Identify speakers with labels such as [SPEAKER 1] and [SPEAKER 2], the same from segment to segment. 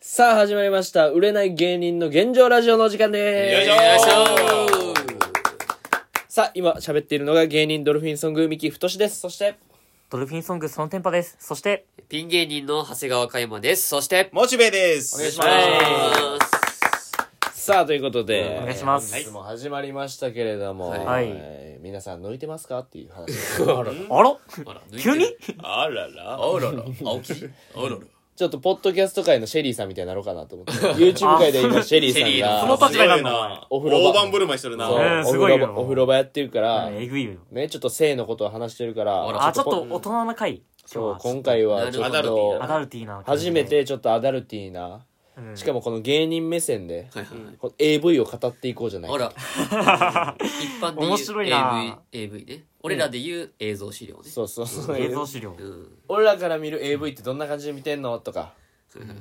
[SPEAKER 1] さあ始まりました売れない芸人の現状ラジオのお時間です
[SPEAKER 2] よいしょ
[SPEAKER 1] さあ今喋っているのが芸人ドルフィンソング三木太ですそして
[SPEAKER 3] ドルフィンソングそのテンパです。そして、
[SPEAKER 2] ピン芸人の長谷川嘉山です。そして、
[SPEAKER 4] モチベです。
[SPEAKER 2] お願いし
[SPEAKER 1] ま
[SPEAKER 2] ますす。
[SPEAKER 1] さあということで
[SPEAKER 3] お願いします
[SPEAKER 1] 本日も始まりましたけれども、
[SPEAKER 2] はい
[SPEAKER 3] はい
[SPEAKER 1] えー皆さん抜いてますかっていう話
[SPEAKER 3] あら
[SPEAKER 2] あら抜いてる
[SPEAKER 3] 急に
[SPEAKER 4] あらら。
[SPEAKER 2] あ らら、青木あらら。
[SPEAKER 1] ちょっとポッドキャスト界のシェリーさんみたいになろうかなと思って YouTube 界で今シェリーさ
[SPEAKER 3] そ
[SPEAKER 1] ん
[SPEAKER 3] の
[SPEAKER 1] が
[SPEAKER 3] 立場になるの
[SPEAKER 1] お風呂場
[SPEAKER 4] 大盤振る舞いしてるな。
[SPEAKER 1] そう
[SPEAKER 3] えー
[SPEAKER 1] お
[SPEAKER 3] すごい
[SPEAKER 1] 風
[SPEAKER 3] よ
[SPEAKER 1] 呂場お風呂場やってるから、
[SPEAKER 3] えぐいよ。
[SPEAKER 1] ね、ちょっと性のことを話してるから
[SPEAKER 2] あら
[SPEAKER 3] あ、ちょっ
[SPEAKER 1] ポ
[SPEAKER 3] と大人な回。
[SPEAKER 1] そう
[SPEAKER 3] 今
[SPEAKER 1] 今回は
[SPEAKER 2] な
[SPEAKER 1] ちょ
[SPEAKER 2] る
[SPEAKER 1] っ
[SPEAKER 2] ほど
[SPEAKER 1] と
[SPEAKER 3] アダルティーな。
[SPEAKER 1] 初め。てちょっとアダルティーな、しかもこの芸人目線で、
[SPEAKER 2] はいはい
[SPEAKER 1] この AV を語っていこうじゃない
[SPEAKER 2] あ。
[SPEAKER 1] から
[SPEAKER 2] 一般で
[SPEAKER 3] 面白い
[SPEAKER 2] 言う
[SPEAKER 3] な
[SPEAKER 2] AV、AV ね。俺らで言う映像資料ね。
[SPEAKER 1] そうそうそう
[SPEAKER 3] 映像資料
[SPEAKER 2] う。ん。
[SPEAKER 1] 俺らから見る AV ってどんな感じで見てんのとか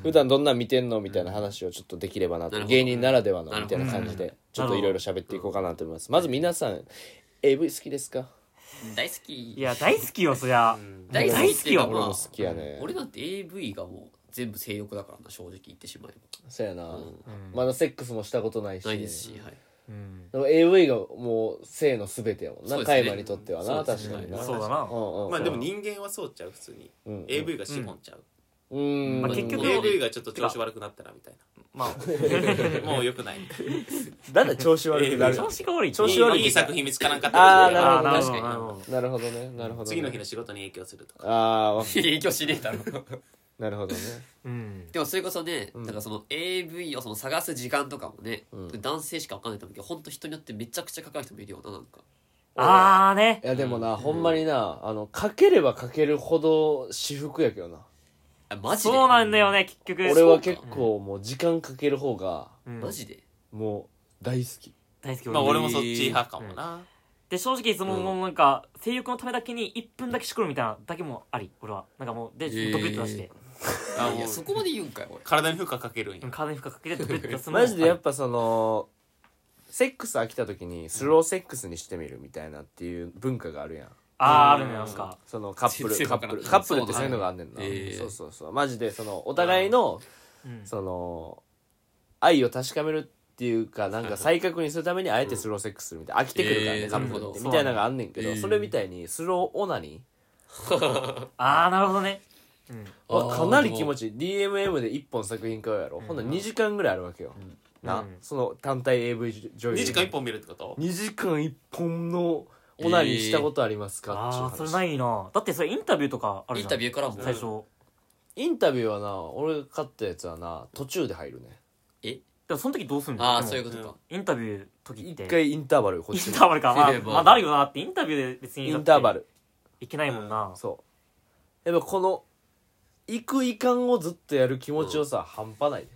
[SPEAKER 1] 普段どんなん見てんのみたいな話をちょっとできればな
[SPEAKER 2] な
[SPEAKER 1] と
[SPEAKER 2] るほど
[SPEAKER 1] 芸人ならではの
[SPEAKER 2] な
[SPEAKER 1] み
[SPEAKER 2] るほ
[SPEAKER 1] た
[SPEAKER 2] ど
[SPEAKER 1] いな感じでちょっといろいろ喋っていこうかなと思いますまず皆さん AV 好きですか
[SPEAKER 2] 大好
[SPEAKER 3] い
[SPEAKER 2] き。
[SPEAKER 3] や、大好きよ、そりゃ。
[SPEAKER 2] 大好きっていうかま
[SPEAKER 3] 大好きよ
[SPEAKER 1] 俺
[SPEAKER 2] あ
[SPEAKER 1] も好きやね
[SPEAKER 2] 俺なんて AV がもう全部性欲だからな、正直言ってしまえ
[SPEAKER 1] そうやな
[SPEAKER 3] うん
[SPEAKER 1] まだセックスもしたことないし
[SPEAKER 2] ば。ないですし、はい。
[SPEAKER 3] うん。
[SPEAKER 1] でも AV がもう性の全てやもん
[SPEAKER 2] そう
[SPEAKER 1] な
[SPEAKER 2] ですね
[SPEAKER 1] 海馬にとってはな
[SPEAKER 2] そうで
[SPEAKER 1] 確
[SPEAKER 2] す
[SPEAKER 1] か
[SPEAKER 2] ね
[SPEAKER 1] にな
[SPEAKER 3] そうだな。
[SPEAKER 1] うんうん
[SPEAKER 4] まあでも人間はそうちゃう、普通に
[SPEAKER 1] うんうん。
[SPEAKER 4] AV が資本ちゃう。
[SPEAKER 1] うーん
[SPEAKER 3] まあ結局
[SPEAKER 4] AV がちょっと調子悪くなったらみたい
[SPEAKER 3] まあ、
[SPEAKER 4] な。 もう良くない。
[SPEAKER 1] だんだん調子悪くなる
[SPEAKER 3] 調子が悪い。
[SPEAKER 1] 調子悪い
[SPEAKER 4] いい作品見つからんかった
[SPEAKER 1] あー
[SPEAKER 3] あ
[SPEAKER 4] ら
[SPEAKER 3] ー、
[SPEAKER 1] な
[SPEAKER 3] な
[SPEAKER 1] る
[SPEAKER 3] る
[SPEAKER 1] ほ
[SPEAKER 3] ほ
[SPEAKER 2] ど
[SPEAKER 3] ど、
[SPEAKER 2] な
[SPEAKER 3] な
[SPEAKER 2] る
[SPEAKER 3] る
[SPEAKER 2] ほど
[SPEAKER 1] なるほ
[SPEAKER 3] ほ
[SPEAKER 1] どねなるほどね
[SPEAKER 4] 次の日の仕事に影響するとか。
[SPEAKER 1] ああわ
[SPEAKER 2] 影響しねえだろ。
[SPEAKER 1] なるほどね
[SPEAKER 3] ど。うん。
[SPEAKER 2] でもそれこそね、
[SPEAKER 1] ん
[SPEAKER 2] なんかその AV をその探す時間とかもね、
[SPEAKER 1] うん
[SPEAKER 2] 男性しかわかんないと思うけど本当人によってめちゃくちゃかかる人もいるよななんか
[SPEAKER 3] あーね
[SPEAKER 1] い。やでもな、ほんまになあのかければかけるほど私服やけどな
[SPEAKER 2] あマジで
[SPEAKER 3] そうなんだよね、結局。
[SPEAKER 1] 俺は結構もう時間かける方が
[SPEAKER 3] うん
[SPEAKER 2] マジで
[SPEAKER 1] もう大好き
[SPEAKER 3] 大好き。
[SPEAKER 4] まあ
[SPEAKER 3] 俺
[SPEAKER 4] 俺
[SPEAKER 3] も
[SPEAKER 4] もそっち派かもな。
[SPEAKER 3] で、正直、その、もうなんか、性欲のためだけに1分だけしくるみたいなだけもあり、俺は。なんかもう、で、
[SPEAKER 2] ー
[SPEAKER 3] ドクッと出して。
[SPEAKER 4] あ
[SPEAKER 2] い
[SPEAKER 4] も
[SPEAKER 2] や
[SPEAKER 4] う
[SPEAKER 2] そこまで言うんかい俺
[SPEAKER 4] 体に負荷かけるんや
[SPEAKER 3] うん。体に負荷かけてドクッと出すの も
[SPEAKER 1] マジでやっぱそのセックス飽きた時にスローセックスにしてみるみたいなっていう文化があるやん
[SPEAKER 3] あーあるねなんか
[SPEAKER 1] そのカップル
[SPEAKER 2] 全然
[SPEAKER 1] カ
[SPEAKER 2] わか
[SPEAKER 1] ッ
[SPEAKER 2] ら
[SPEAKER 1] プ
[SPEAKER 2] ん
[SPEAKER 1] ルカップルってそういうのがあんねんな、
[SPEAKER 2] そうなんやええ
[SPEAKER 1] そうそうそうマジでそのお互いの
[SPEAKER 3] うん
[SPEAKER 1] その愛を確かめるっていうかなん か再確認するためにあえてスローセックスするみたいな飽きてくるからね、
[SPEAKER 2] えー
[SPEAKER 1] カップ
[SPEAKER 2] なる
[SPEAKER 1] ルっ
[SPEAKER 2] ほ
[SPEAKER 1] て
[SPEAKER 2] ど
[SPEAKER 1] みたいなのがあんねんけど、
[SPEAKER 2] そうなんや
[SPEAKER 1] それみたいにスローオナニ
[SPEAKER 3] ああなるほどね
[SPEAKER 1] ーはかなり気持ちいい DMM で1本作品買うやろ、ほんなら2時間ぐらいあるわけよ、な、
[SPEAKER 3] うん
[SPEAKER 1] その単体 AV 女優
[SPEAKER 4] 2時間1本見るってこと
[SPEAKER 1] 2時間1本のオナニーしたことありますか、っていう
[SPEAKER 3] あ
[SPEAKER 1] 話
[SPEAKER 3] あそれないなだってそれインタビューとかある
[SPEAKER 2] イン
[SPEAKER 3] じゃん
[SPEAKER 2] タビューからも
[SPEAKER 3] 最初
[SPEAKER 1] インタビューはな俺が買ったやつはな途中で入るね
[SPEAKER 3] でもその時どうすんの
[SPEAKER 2] ああ
[SPEAKER 3] でも
[SPEAKER 2] そういうことか、
[SPEAKER 3] インタビュー時っ
[SPEAKER 1] 一
[SPEAKER 3] て
[SPEAKER 1] 回インターバルよこっ
[SPEAKER 3] イ
[SPEAKER 1] ち
[SPEAKER 3] ン
[SPEAKER 1] も
[SPEAKER 3] ターバルかまあ
[SPEAKER 2] 切れば
[SPEAKER 3] まあなるよなってインタビューで別に
[SPEAKER 1] インターバ
[SPEAKER 3] ル
[SPEAKER 1] ル
[SPEAKER 3] いけないもんな
[SPEAKER 1] そうやっぱこの行く行かんをずっとやる気持ちをさ、半端ないで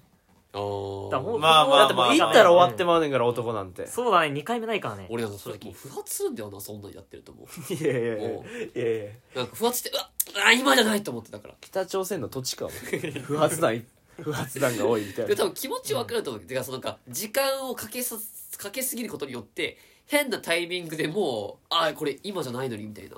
[SPEAKER 2] あ
[SPEAKER 3] だ
[SPEAKER 2] あ
[SPEAKER 3] からもう
[SPEAKER 4] まあまあ
[SPEAKER 1] だってもう行ったら終わって
[SPEAKER 3] ま
[SPEAKER 1] まうねんから男なんて、
[SPEAKER 3] そうだね2回目ないからね
[SPEAKER 2] 俺なんかそれもう不発するんだよなそんなんやってると思う
[SPEAKER 1] いやいやいやいや
[SPEAKER 2] も
[SPEAKER 1] いや
[SPEAKER 2] うなんか不発してうわっあー今じゃないと思ってたから
[SPEAKER 1] 北朝鮮の土地かも不発弾 不発弾が多いみたい
[SPEAKER 2] で
[SPEAKER 1] な
[SPEAKER 2] 多分気持ち分かると思うてかそのなんか時間をかけさかけすぎることによって変なタイミングでもうああこれ今じゃないのにみたいな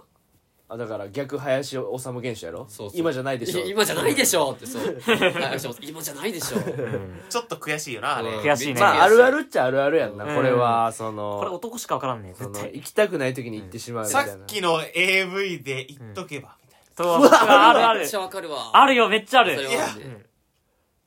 [SPEAKER 1] あだから逆林治現象やろ
[SPEAKER 2] そうそう
[SPEAKER 1] 今じゃないでしょ
[SPEAKER 2] いや今じゃないでしょってそうはいそう今じゃないでしょ
[SPEAKER 3] うん
[SPEAKER 4] ちょっと悔しいよな、あれ。
[SPEAKER 2] うん
[SPEAKER 3] 悔しいね
[SPEAKER 1] まああるあるっちゃあるあるやんな、
[SPEAKER 3] うん
[SPEAKER 1] これはそ
[SPEAKER 3] これ
[SPEAKER 1] の
[SPEAKER 3] 男しか分からんね
[SPEAKER 1] そ
[SPEAKER 3] 絶
[SPEAKER 1] の
[SPEAKER 3] 対
[SPEAKER 1] 行きたくない時に行ってしまうみた
[SPEAKER 4] さ
[SPEAKER 1] いな、
[SPEAKER 4] っきの AV で言っとけば、みたい
[SPEAKER 3] そうあるあ
[SPEAKER 2] め
[SPEAKER 3] る
[SPEAKER 2] っちゃわかるわ
[SPEAKER 3] あるよめっちゃある
[SPEAKER 2] それ
[SPEAKER 3] う
[SPEAKER 2] はあるね
[SPEAKER 3] ん
[SPEAKER 4] な。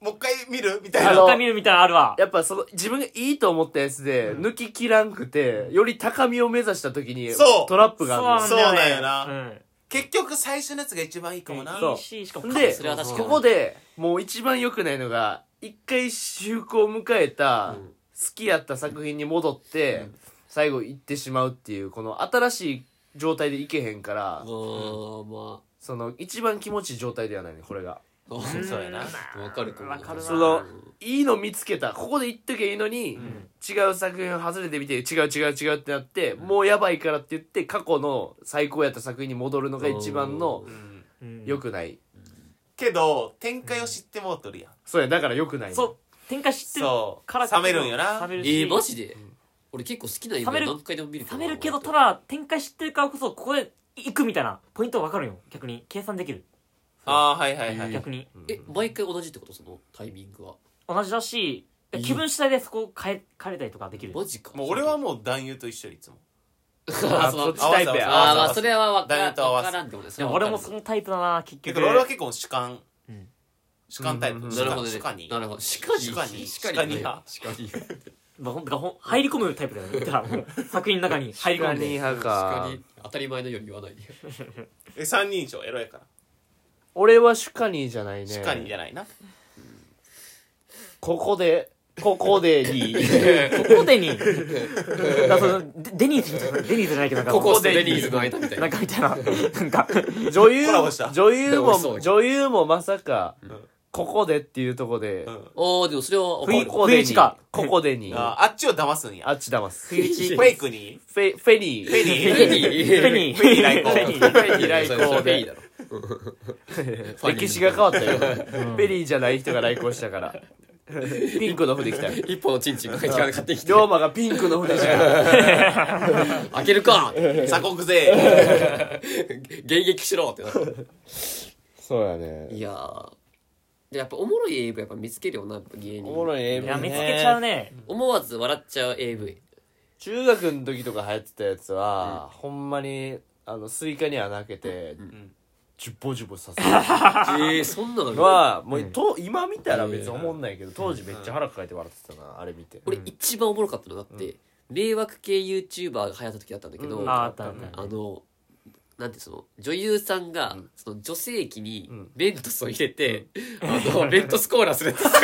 [SPEAKER 4] もう一回見るみたい
[SPEAKER 1] あ
[SPEAKER 4] な
[SPEAKER 1] の。
[SPEAKER 3] 一回見るみたいなのあるわ
[SPEAKER 1] やっぱその自分がいいと思ったやつで抜き切らんくて、より高みを目指した時に
[SPEAKER 4] そう
[SPEAKER 1] トラップがあるの
[SPEAKER 4] そうなんよな
[SPEAKER 3] うん
[SPEAKER 4] 結局最初のやつが一番いいかもな。
[SPEAKER 1] そう
[SPEAKER 3] いいししかも
[SPEAKER 1] で
[SPEAKER 2] それは確かに
[SPEAKER 1] ここでもう一番良くないのが一回修行を迎えた
[SPEAKER 2] うん
[SPEAKER 1] 好きやった作品に戻って最後行ってしまうっていうこの新しい状態でいけへんから
[SPEAKER 2] あーま
[SPEAKER 1] その一番気持ちいい状態ではないねこれが
[SPEAKER 2] あ
[SPEAKER 3] うん
[SPEAKER 4] そうやな
[SPEAKER 2] わかるかも
[SPEAKER 3] わかるな
[SPEAKER 1] そのいいの見つけたここで行っときゃいいのに、違う作品を外れてみて違う違う違うってなって、もうやばいからって言って過去の最高やった作品に戻るのが一番の
[SPEAKER 4] うん
[SPEAKER 3] うん
[SPEAKER 1] 良くない、
[SPEAKER 4] けど、展開を知ってもうとるやん。
[SPEAKER 1] そうやだから良くないね
[SPEAKER 3] そう展開知ってる
[SPEAKER 4] そう
[SPEAKER 3] から
[SPEAKER 4] 冷めるんよな
[SPEAKER 3] 冷め
[SPEAKER 2] え
[SPEAKER 3] るし
[SPEAKER 2] ー、マジで俺結構好きな映画
[SPEAKER 3] 冷める
[SPEAKER 2] 何回でも見る
[SPEAKER 3] 冷めるけどた
[SPEAKER 2] だ
[SPEAKER 3] だ展開知ってるからこそここで行くみたいなポイントは分かるよ逆に計算できる
[SPEAKER 4] ああはいはいはい、
[SPEAKER 3] 逆に
[SPEAKER 2] え毎回同じってことそのタイミングは
[SPEAKER 3] 同じだし
[SPEAKER 2] いい
[SPEAKER 3] 気分次第でそこ変え変えれたりとかできる
[SPEAKER 2] マジか
[SPEAKER 4] もう俺はもう男優と一緒にいつも
[SPEAKER 2] あそ
[SPEAKER 1] そ
[SPEAKER 2] の
[SPEAKER 1] っちタイプ
[SPEAKER 4] 合
[SPEAKER 1] や
[SPEAKER 4] わ
[SPEAKER 2] あ
[SPEAKER 4] せ
[SPEAKER 2] ーまあそれは分か
[SPEAKER 4] 男優と合わ
[SPEAKER 2] 分
[SPEAKER 4] せ
[SPEAKER 2] からんってことです
[SPEAKER 3] で
[SPEAKER 2] ね
[SPEAKER 3] も俺もそのタイプだな結局
[SPEAKER 4] だから俺は結構主観、
[SPEAKER 3] うん
[SPEAKER 4] 主観タイプ、
[SPEAKER 1] うん
[SPEAKER 4] 主
[SPEAKER 2] なる
[SPEAKER 4] 観
[SPEAKER 2] ほどね
[SPEAKER 4] 主観に
[SPEAKER 2] なるほど鹿に
[SPEAKER 4] 主観に
[SPEAKER 2] 鹿に
[SPEAKER 4] 主観に
[SPEAKER 2] 鹿に
[SPEAKER 3] まあほんとだからほん入り込むタイプだよね言ったらも う作品の中に入り込んで
[SPEAKER 1] 派
[SPEAKER 2] 鹿
[SPEAKER 1] か
[SPEAKER 2] に当たり前のように言わないで
[SPEAKER 4] え3人以上エロやから、
[SPEAKER 1] 俺はシュカニーじゃないね
[SPEAKER 4] 主観にじゃないな
[SPEAKER 1] ここでここでいい
[SPEAKER 3] ここで にだからそのデデニーズみたいなデニーズじゃないけどなんか
[SPEAKER 2] ここ
[SPEAKER 3] で
[SPEAKER 2] でデニーズの間みたいな
[SPEAKER 3] な
[SPEAKER 2] ん
[SPEAKER 3] かみたいななんか
[SPEAKER 1] 女優
[SPEAKER 4] コラボした
[SPEAKER 1] 女優
[SPEAKER 2] 美味しそう
[SPEAKER 1] も女優もまさか、
[SPEAKER 4] ん
[SPEAKER 1] ここでっていうとこで、
[SPEAKER 4] うん
[SPEAKER 2] おーでもそれは分
[SPEAKER 1] こ
[SPEAKER 2] か
[SPEAKER 3] 不
[SPEAKER 1] こで
[SPEAKER 2] る
[SPEAKER 3] 意不意
[SPEAKER 1] に
[SPEAKER 3] 打ちか
[SPEAKER 1] ここでにあ
[SPEAKER 4] ああっちを騙すんや
[SPEAKER 1] っちだますフ
[SPEAKER 2] 不意打ち
[SPEAKER 4] フェイクに
[SPEAKER 1] ェフェニー
[SPEAKER 4] フェニー
[SPEAKER 2] フェニー
[SPEAKER 3] フェニー
[SPEAKER 4] フェニー来航
[SPEAKER 3] フェニ
[SPEAKER 1] フ
[SPEAKER 3] ー
[SPEAKER 1] ェニー来
[SPEAKER 2] それ
[SPEAKER 1] 航
[SPEAKER 2] フェニ
[SPEAKER 1] で
[SPEAKER 2] ーだろ
[SPEAKER 1] 歴史が変わったよ、フェニーじゃない人が来航したからピンクの筆来たよ
[SPEAKER 2] 一本のチンチンが買ってきて
[SPEAKER 1] 龍馬がピンクの筆じゃん
[SPEAKER 2] 開けるか
[SPEAKER 4] 鎖国勢
[SPEAKER 2] 迎撃しろってなる
[SPEAKER 1] そうやね
[SPEAKER 2] いやーでやっぱおもろい AV やっぱ見つけるよなやっぱ芸人
[SPEAKER 1] おもろい AV
[SPEAKER 3] い
[SPEAKER 1] ね
[SPEAKER 3] や見つけちゃうね
[SPEAKER 2] 思わず笑っちゃう AV
[SPEAKER 1] 中学の時とか流行ってたやつは、ほんまにあのスイカに穴開けて、ジュボジュボさせる
[SPEAKER 2] えー、そんなの見る
[SPEAKER 1] のはもう、と今見たら別に思んないけど、当時めっちゃ腹抱えて笑ってたな、あれ見て
[SPEAKER 2] 俺一番おもろかったのがあって、迷惑系 YouTuber が流行った時だったんだけど、
[SPEAKER 1] うん
[SPEAKER 3] ああったあった
[SPEAKER 2] あのなんてその女優さんが、その女性器に
[SPEAKER 1] うん
[SPEAKER 2] メントスを入れて、あ のメントスコーラするんですか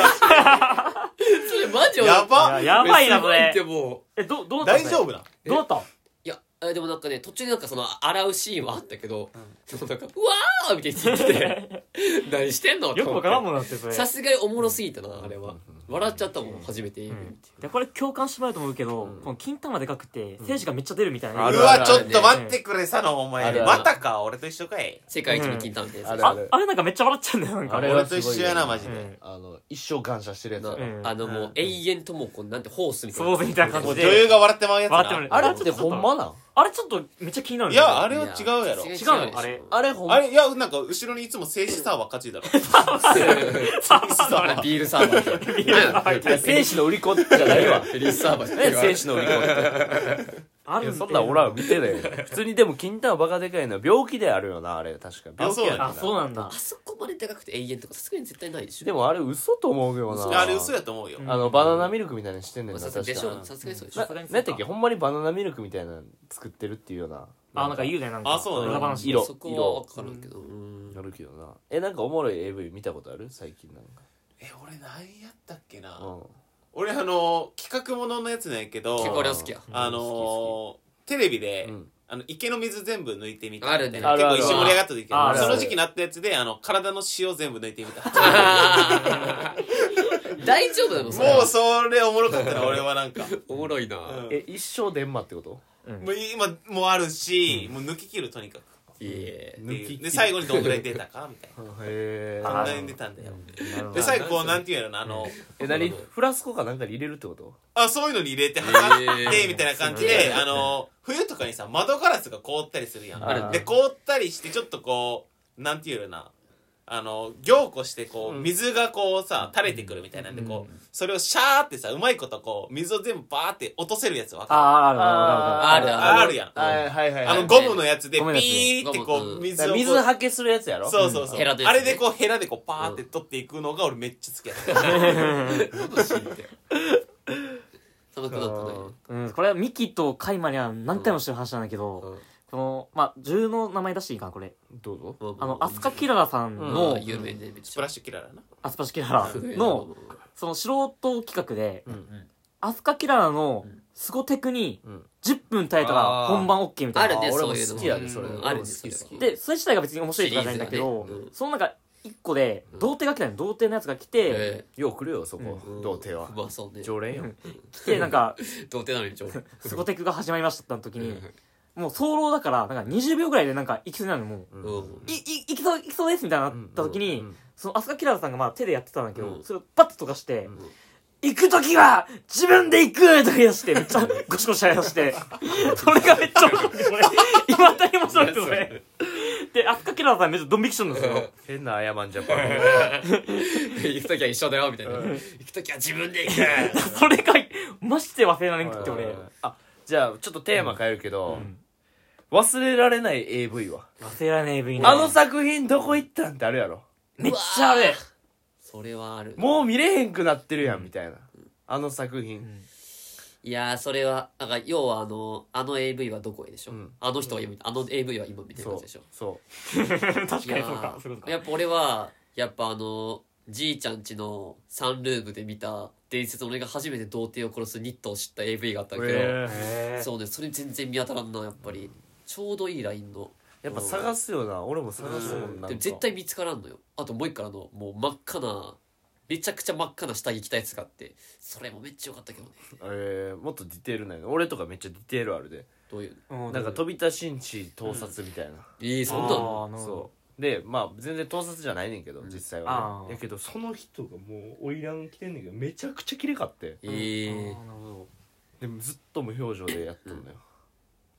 [SPEAKER 2] それマジ俺
[SPEAKER 4] やば
[SPEAKER 3] いややばいな
[SPEAKER 2] す
[SPEAKER 3] こ
[SPEAKER 2] ごいっ
[SPEAKER 3] れ
[SPEAKER 2] ても
[SPEAKER 3] えどどうだった
[SPEAKER 4] 大丈夫な
[SPEAKER 3] どうだった
[SPEAKER 2] ういやえでもなんかね途中でなんかその洗うシーンはあったけど、そのなんか「うわー!」みたいに言って て何してんのって
[SPEAKER 3] よく
[SPEAKER 2] 思っ
[SPEAKER 3] わ
[SPEAKER 2] て
[SPEAKER 3] からんもんなってそれ
[SPEAKER 2] さすがにおもろすぎたなあれは笑っちゃったもん初めて AV 見て、
[SPEAKER 3] でこれ共感してもらうと思うけど、この金玉でかくて精子がめっちゃ出るみたいな、
[SPEAKER 1] あ
[SPEAKER 4] う
[SPEAKER 1] るあ
[SPEAKER 4] わ
[SPEAKER 1] る
[SPEAKER 4] ちょっと待ってくれさのお前
[SPEAKER 1] あるある
[SPEAKER 4] またか俺と一緒かい
[SPEAKER 2] 世界一の金玉みたいなやつ
[SPEAKER 1] うん
[SPEAKER 2] で
[SPEAKER 1] る
[SPEAKER 2] す
[SPEAKER 3] ああれなんかめっちゃ笑っちゃうんだよなんか
[SPEAKER 1] あれは
[SPEAKER 4] 俺と一緒やな
[SPEAKER 1] すごい
[SPEAKER 4] マ
[SPEAKER 1] よ
[SPEAKER 4] ジ
[SPEAKER 3] う
[SPEAKER 4] で、
[SPEAKER 3] ん
[SPEAKER 1] あの一生感謝してるやつだ
[SPEAKER 2] な
[SPEAKER 1] から、
[SPEAKER 3] ん
[SPEAKER 2] あのもう永遠ともこうなんてホースみたいな
[SPEAKER 3] そうみたいな感
[SPEAKER 4] もう
[SPEAKER 3] じ
[SPEAKER 4] 女
[SPEAKER 3] で
[SPEAKER 4] 優が笑ってまうやつな
[SPEAKER 3] 笑ってもらえる
[SPEAKER 1] あれってほんまなん
[SPEAKER 3] あれちょっとめっちゃ気になる
[SPEAKER 4] い
[SPEAKER 3] んだよね
[SPEAKER 4] やあれは違うやろ
[SPEAKER 2] 違
[SPEAKER 3] 違う
[SPEAKER 2] う
[SPEAKER 3] のあれ
[SPEAKER 1] あれほん
[SPEAKER 4] あ
[SPEAKER 1] ま
[SPEAKER 4] れいやなんか後ろにいつも静止サーバーかついだろ静止サーバー
[SPEAKER 2] ビールサーバー ビ
[SPEAKER 1] いや選手の売り子じゃないわ
[SPEAKER 2] ールサーバー
[SPEAKER 1] 何や選手の売り子って
[SPEAKER 3] あ
[SPEAKER 1] いや
[SPEAKER 3] るだよ
[SPEAKER 1] そんなんおらん見てないよ普通にでも金玉バカでかいのは病気であるよなあれ確か病気や
[SPEAKER 4] あ
[SPEAKER 3] あそうなんだ
[SPEAKER 2] あそこまで高くて永遠とかさすがに絶対ないでしょ
[SPEAKER 1] でもあれ嘘と思うよ
[SPEAKER 4] い
[SPEAKER 1] な
[SPEAKER 4] やあれ嘘やと思うよ、
[SPEAKER 3] うん
[SPEAKER 1] あのバナナミルクみたいなのしてんねん
[SPEAKER 2] まあ
[SPEAKER 1] な
[SPEAKER 2] さす
[SPEAKER 1] 確
[SPEAKER 2] がでし
[SPEAKER 1] か
[SPEAKER 2] ょさすがにそうでし
[SPEAKER 1] な
[SPEAKER 2] ょ
[SPEAKER 3] さすがにそう
[SPEAKER 1] な
[SPEAKER 3] か
[SPEAKER 1] んやったっけほんまにバナナミルクみたいなの作ってるっていうような
[SPEAKER 3] あなんか言うねなんか
[SPEAKER 4] あそうなの
[SPEAKER 3] 裏話
[SPEAKER 1] 色
[SPEAKER 2] そこは分からんけどうん
[SPEAKER 1] なるけどなえなんかおもろい AV 見たことある最近なんか
[SPEAKER 4] え俺何やったっけな、
[SPEAKER 1] うん
[SPEAKER 4] 俺あの企画もののやつなんやけど
[SPEAKER 2] 結構俺は好きや
[SPEAKER 1] うん
[SPEAKER 4] あのーテレビで、
[SPEAKER 1] うん
[SPEAKER 4] あの池の水全部抜いてみた
[SPEAKER 2] あるね
[SPEAKER 4] 結構一緒盛り上がった時
[SPEAKER 3] あ
[SPEAKER 1] るある
[SPEAKER 4] その時期なったやつであの体の塩全部抜いてみた
[SPEAKER 2] あー大丈夫なのそれ
[SPEAKER 4] もうそれおもろかったな俺はなんか、
[SPEAKER 2] おもろいな
[SPEAKER 4] うん
[SPEAKER 1] え一生デンマってこと
[SPEAKER 4] もう今もうあるし、もう抜き切るとにかく
[SPEAKER 2] いえ
[SPEAKER 4] っていう
[SPEAKER 1] 抜き切る
[SPEAKER 4] で最後にどんぐらい出たかみたい
[SPEAKER 1] へ
[SPEAKER 4] な
[SPEAKER 3] あ
[SPEAKER 4] どんぐ
[SPEAKER 3] ー
[SPEAKER 4] らい出たんだよ
[SPEAKER 3] なるほ
[SPEAKER 4] で
[SPEAKER 3] ど
[SPEAKER 4] 最後こうなんていうんやろなあの、
[SPEAKER 1] え何フラスコかなんかに入れるってこと
[SPEAKER 4] あそういうのに入れて測って
[SPEAKER 2] えー
[SPEAKER 4] みたいな感じ
[SPEAKER 2] すげ
[SPEAKER 4] で、
[SPEAKER 2] え
[SPEAKER 4] あの冬とかにさ窓ガラスが凍ったりするやん
[SPEAKER 1] ある
[SPEAKER 4] で凍ったりしてちょっとこうなんていうのかなあの凝固してこう
[SPEAKER 1] うん
[SPEAKER 4] 水がこうさ垂れてくるみたいなんでこう、それをシャーってさうまいことこう水を全部バーって落とせるやつわ
[SPEAKER 3] あ
[SPEAKER 4] か
[SPEAKER 3] ああるあるあるある
[SPEAKER 2] ある
[SPEAKER 4] あるやん
[SPEAKER 1] あはいはい
[SPEAKER 4] る
[SPEAKER 1] は
[SPEAKER 4] あ
[SPEAKER 1] い
[SPEAKER 4] のゴムのやつでピ
[SPEAKER 3] ゴムのやつね
[SPEAKER 4] ーってこ
[SPEAKER 2] ゴムう
[SPEAKER 4] うん
[SPEAKER 1] だから
[SPEAKER 4] 水をこう
[SPEAKER 1] 水はけするやつやろ
[SPEAKER 4] そうそうそう、
[SPEAKER 2] ヘラですね
[SPEAKER 4] あれでこうヘラでこうパーって取っていくのが俺めっちゃ好きやった、
[SPEAKER 2] 楽しいってそのくなったない
[SPEAKER 3] うん、これはミキとカイマには何回もしてる話なんだけど、
[SPEAKER 2] うん
[SPEAKER 3] このまあ女優の名前出していいかなこれ
[SPEAKER 1] どうぞ
[SPEAKER 2] まま
[SPEAKER 3] あの飛鳥キララさんの、
[SPEAKER 2] まあ有名でめっちゃ
[SPEAKER 4] スプラッシュキララな
[SPEAKER 3] アスパシキララのその素人企画で、
[SPEAKER 1] うん
[SPEAKER 3] 飛鳥キララのスゴテクに
[SPEAKER 1] うん
[SPEAKER 3] 10分耐えたら
[SPEAKER 1] あー
[SPEAKER 3] 本番 OK みた
[SPEAKER 2] あ
[SPEAKER 3] いな
[SPEAKER 2] るね
[SPEAKER 1] あ俺
[SPEAKER 2] そ
[SPEAKER 1] も
[SPEAKER 2] ういうの
[SPEAKER 1] 好きやでそれ
[SPEAKER 2] うん
[SPEAKER 1] 俺も
[SPEAKER 2] あるね
[SPEAKER 1] 好き好き
[SPEAKER 2] それは
[SPEAKER 3] でそれ自体が別に面白いとかじゃないんだけ
[SPEAKER 2] シ
[SPEAKER 3] ど、
[SPEAKER 2] リーズがねうん
[SPEAKER 3] その中1個で童貞が来たの童貞のやつが来て、
[SPEAKER 2] え
[SPEAKER 1] よう来るよそこ
[SPEAKER 2] ー
[SPEAKER 1] 童貞は
[SPEAKER 2] まあそうね
[SPEAKER 1] 常連よ
[SPEAKER 3] 来てなんか
[SPEAKER 2] 童貞なのにちょう
[SPEAKER 3] 「スゴテクが始まりました」ってなった時に、
[SPEAKER 2] ん
[SPEAKER 3] もう早漏だからなんか20秒ぐらいでなんか行きそうになるのもう
[SPEAKER 2] うん
[SPEAKER 3] いいいきそういきそうですみたいになった時に、
[SPEAKER 1] うんうんうん
[SPEAKER 3] その飛鳥キララさんがまあ手でやってたんだけど、
[SPEAKER 2] うん
[SPEAKER 3] それをパッと溶かして、行く時は自分で行くとか言い出してめっちゃゴシゴシやりだしてそれがめっちゃ面白い今だに面白いってそれで飛鳥キラーさんめっちゃドン引きしてるんですよ
[SPEAKER 1] 変な謝んじゃパン
[SPEAKER 2] 行く時は一緒だよみたいな行く時は自分で行く
[SPEAKER 3] それがマジで忘れられな くて俺
[SPEAKER 1] あじゃあちょっとテーマ変えるけど、忘れられない AV は、
[SPEAKER 3] 忘れられない AV ね
[SPEAKER 1] あの作品どこ行ったんってあるやろ
[SPEAKER 3] めっちゃあれ
[SPEAKER 2] それはある
[SPEAKER 1] もう見れへんくなってるやんみたいな、あの作品、
[SPEAKER 2] いやーそれはなんか要はあのあの AV はどこへでしょ、
[SPEAKER 1] うん
[SPEAKER 2] あの人は今あの AV は今みたい
[SPEAKER 1] そ
[SPEAKER 2] な感
[SPEAKER 1] う
[SPEAKER 2] じでしょ
[SPEAKER 1] そ
[SPEAKER 3] 確かにそう
[SPEAKER 2] いや
[SPEAKER 3] かそういうこ
[SPEAKER 2] ーやっぱ俺はやっぱあのじいちゃんちのサンルームで見た伝説の俺が初めて童貞を殺すニットを知った AV があった
[SPEAKER 1] うん
[SPEAKER 2] だけど、
[SPEAKER 1] へ
[SPEAKER 3] とか
[SPEAKER 1] え
[SPEAKER 3] へ
[SPEAKER 2] そうねそれ全然見当たらんなやっぱりちょうどいいラインの
[SPEAKER 1] やっぱ探すよな俺も探すもんななん
[SPEAKER 2] で
[SPEAKER 1] か
[SPEAKER 2] も絶対見つからんのよあともう一個あのもう真っ赤なめちゃくちゃ真っ赤な下着着たやつがあってそれもめっちゃ良かったけどね
[SPEAKER 1] えー、もっとディテールないの俺とかめっちゃディテールあるで
[SPEAKER 2] どういう
[SPEAKER 3] えう
[SPEAKER 1] なんか飛び出しんち盗撮みたいな、
[SPEAKER 2] えー、そんなの
[SPEAKER 3] あーなるほど
[SPEAKER 1] そうでまあ全然盗撮じゃないねんけど、実際は
[SPEAKER 3] あ
[SPEAKER 1] ね
[SPEAKER 3] ー
[SPEAKER 1] やけどその人がもう花魁来てんねんけどめちゃくちゃ綺麗かって
[SPEAKER 2] えー
[SPEAKER 3] あーなるほ
[SPEAKER 1] でもずっと無表情でやったんだよ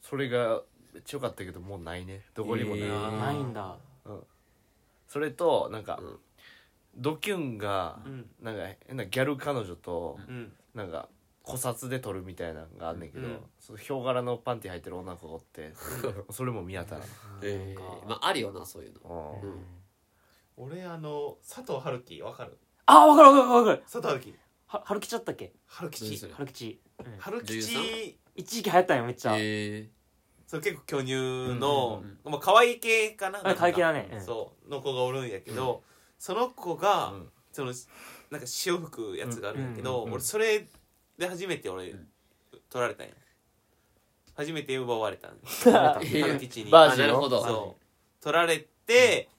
[SPEAKER 1] それがめっちゃ良かったけどもうないねどこにもない、
[SPEAKER 2] え
[SPEAKER 3] ど
[SPEAKER 2] ー
[SPEAKER 3] ないんだ
[SPEAKER 1] それとなんか、
[SPEAKER 2] うん
[SPEAKER 1] ドキュンが、
[SPEAKER 3] うん
[SPEAKER 1] なんか変なギャル彼女と、
[SPEAKER 3] うん
[SPEAKER 1] なんか古札で撮るみたいなのがあんねんけど、
[SPEAKER 3] うん
[SPEAKER 1] そのヒョウ柄のパンティ履いてる女の子がおってそれも見当たらん、
[SPEAKER 2] え
[SPEAKER 3] なん
[SPEAKER 2] ー
[SPEAKER 3] か
[SPEAKER 2] まああるよなそういうの
[SPEAKER 1] うん
[SPEAKER 2] うん
[SPEAKER 4] 俺あの佐藤春樹わかる
[SPEAKER 3] あーわかるわかるわかる
[SPEAKER 4] 佐藤春樹
[SPEAKER 3] は春吉だったっけ
[SPEAKER 4] 春
[SPEAKER 2] 何
[SPEAKER 4] 吉
[SPEAKER 2] それ
[SPEAKER 3] 春吉うん
[SPEAKER 4] 春
[SPEAKER 2] 女優さ
[SPEAKER 4] 吉
[SPEAKER 3] 一時期流行ったんよめっちゃ
[SPEAKER 2] え
[SPEAKER 4] そう結構巨乳の、
[SPEAKER 2] うんうん
[SPEAKER 4] まあ可愛い系かな
[SPEAKER 3] あ会計だねうん
[SPEAKER 4] そうの子がおるんやけど、その子が、
[SPEAKER 1] うん
[SPEAKER 4] そのなんか潮吹くやつがあるんやけ
[SPEAKER 3] う
[SPEAKER 4] ど、
[SPEAKER 1] んうんうん
[SPEAKER 4] 俺それで初めて俺、
[SPEAKER 2] ん
[SPEAKER 4] 取られたんや初めて奪われたん
[SPEAKER 2] え
[SPEAKER 4] 春
[SPEAKER 2] ー
[SPEAKER 4] 吉に
[SPEAKER 1] バ
[SPEAKER 2] あなるほど
[SPEAKER 4] そう取られて、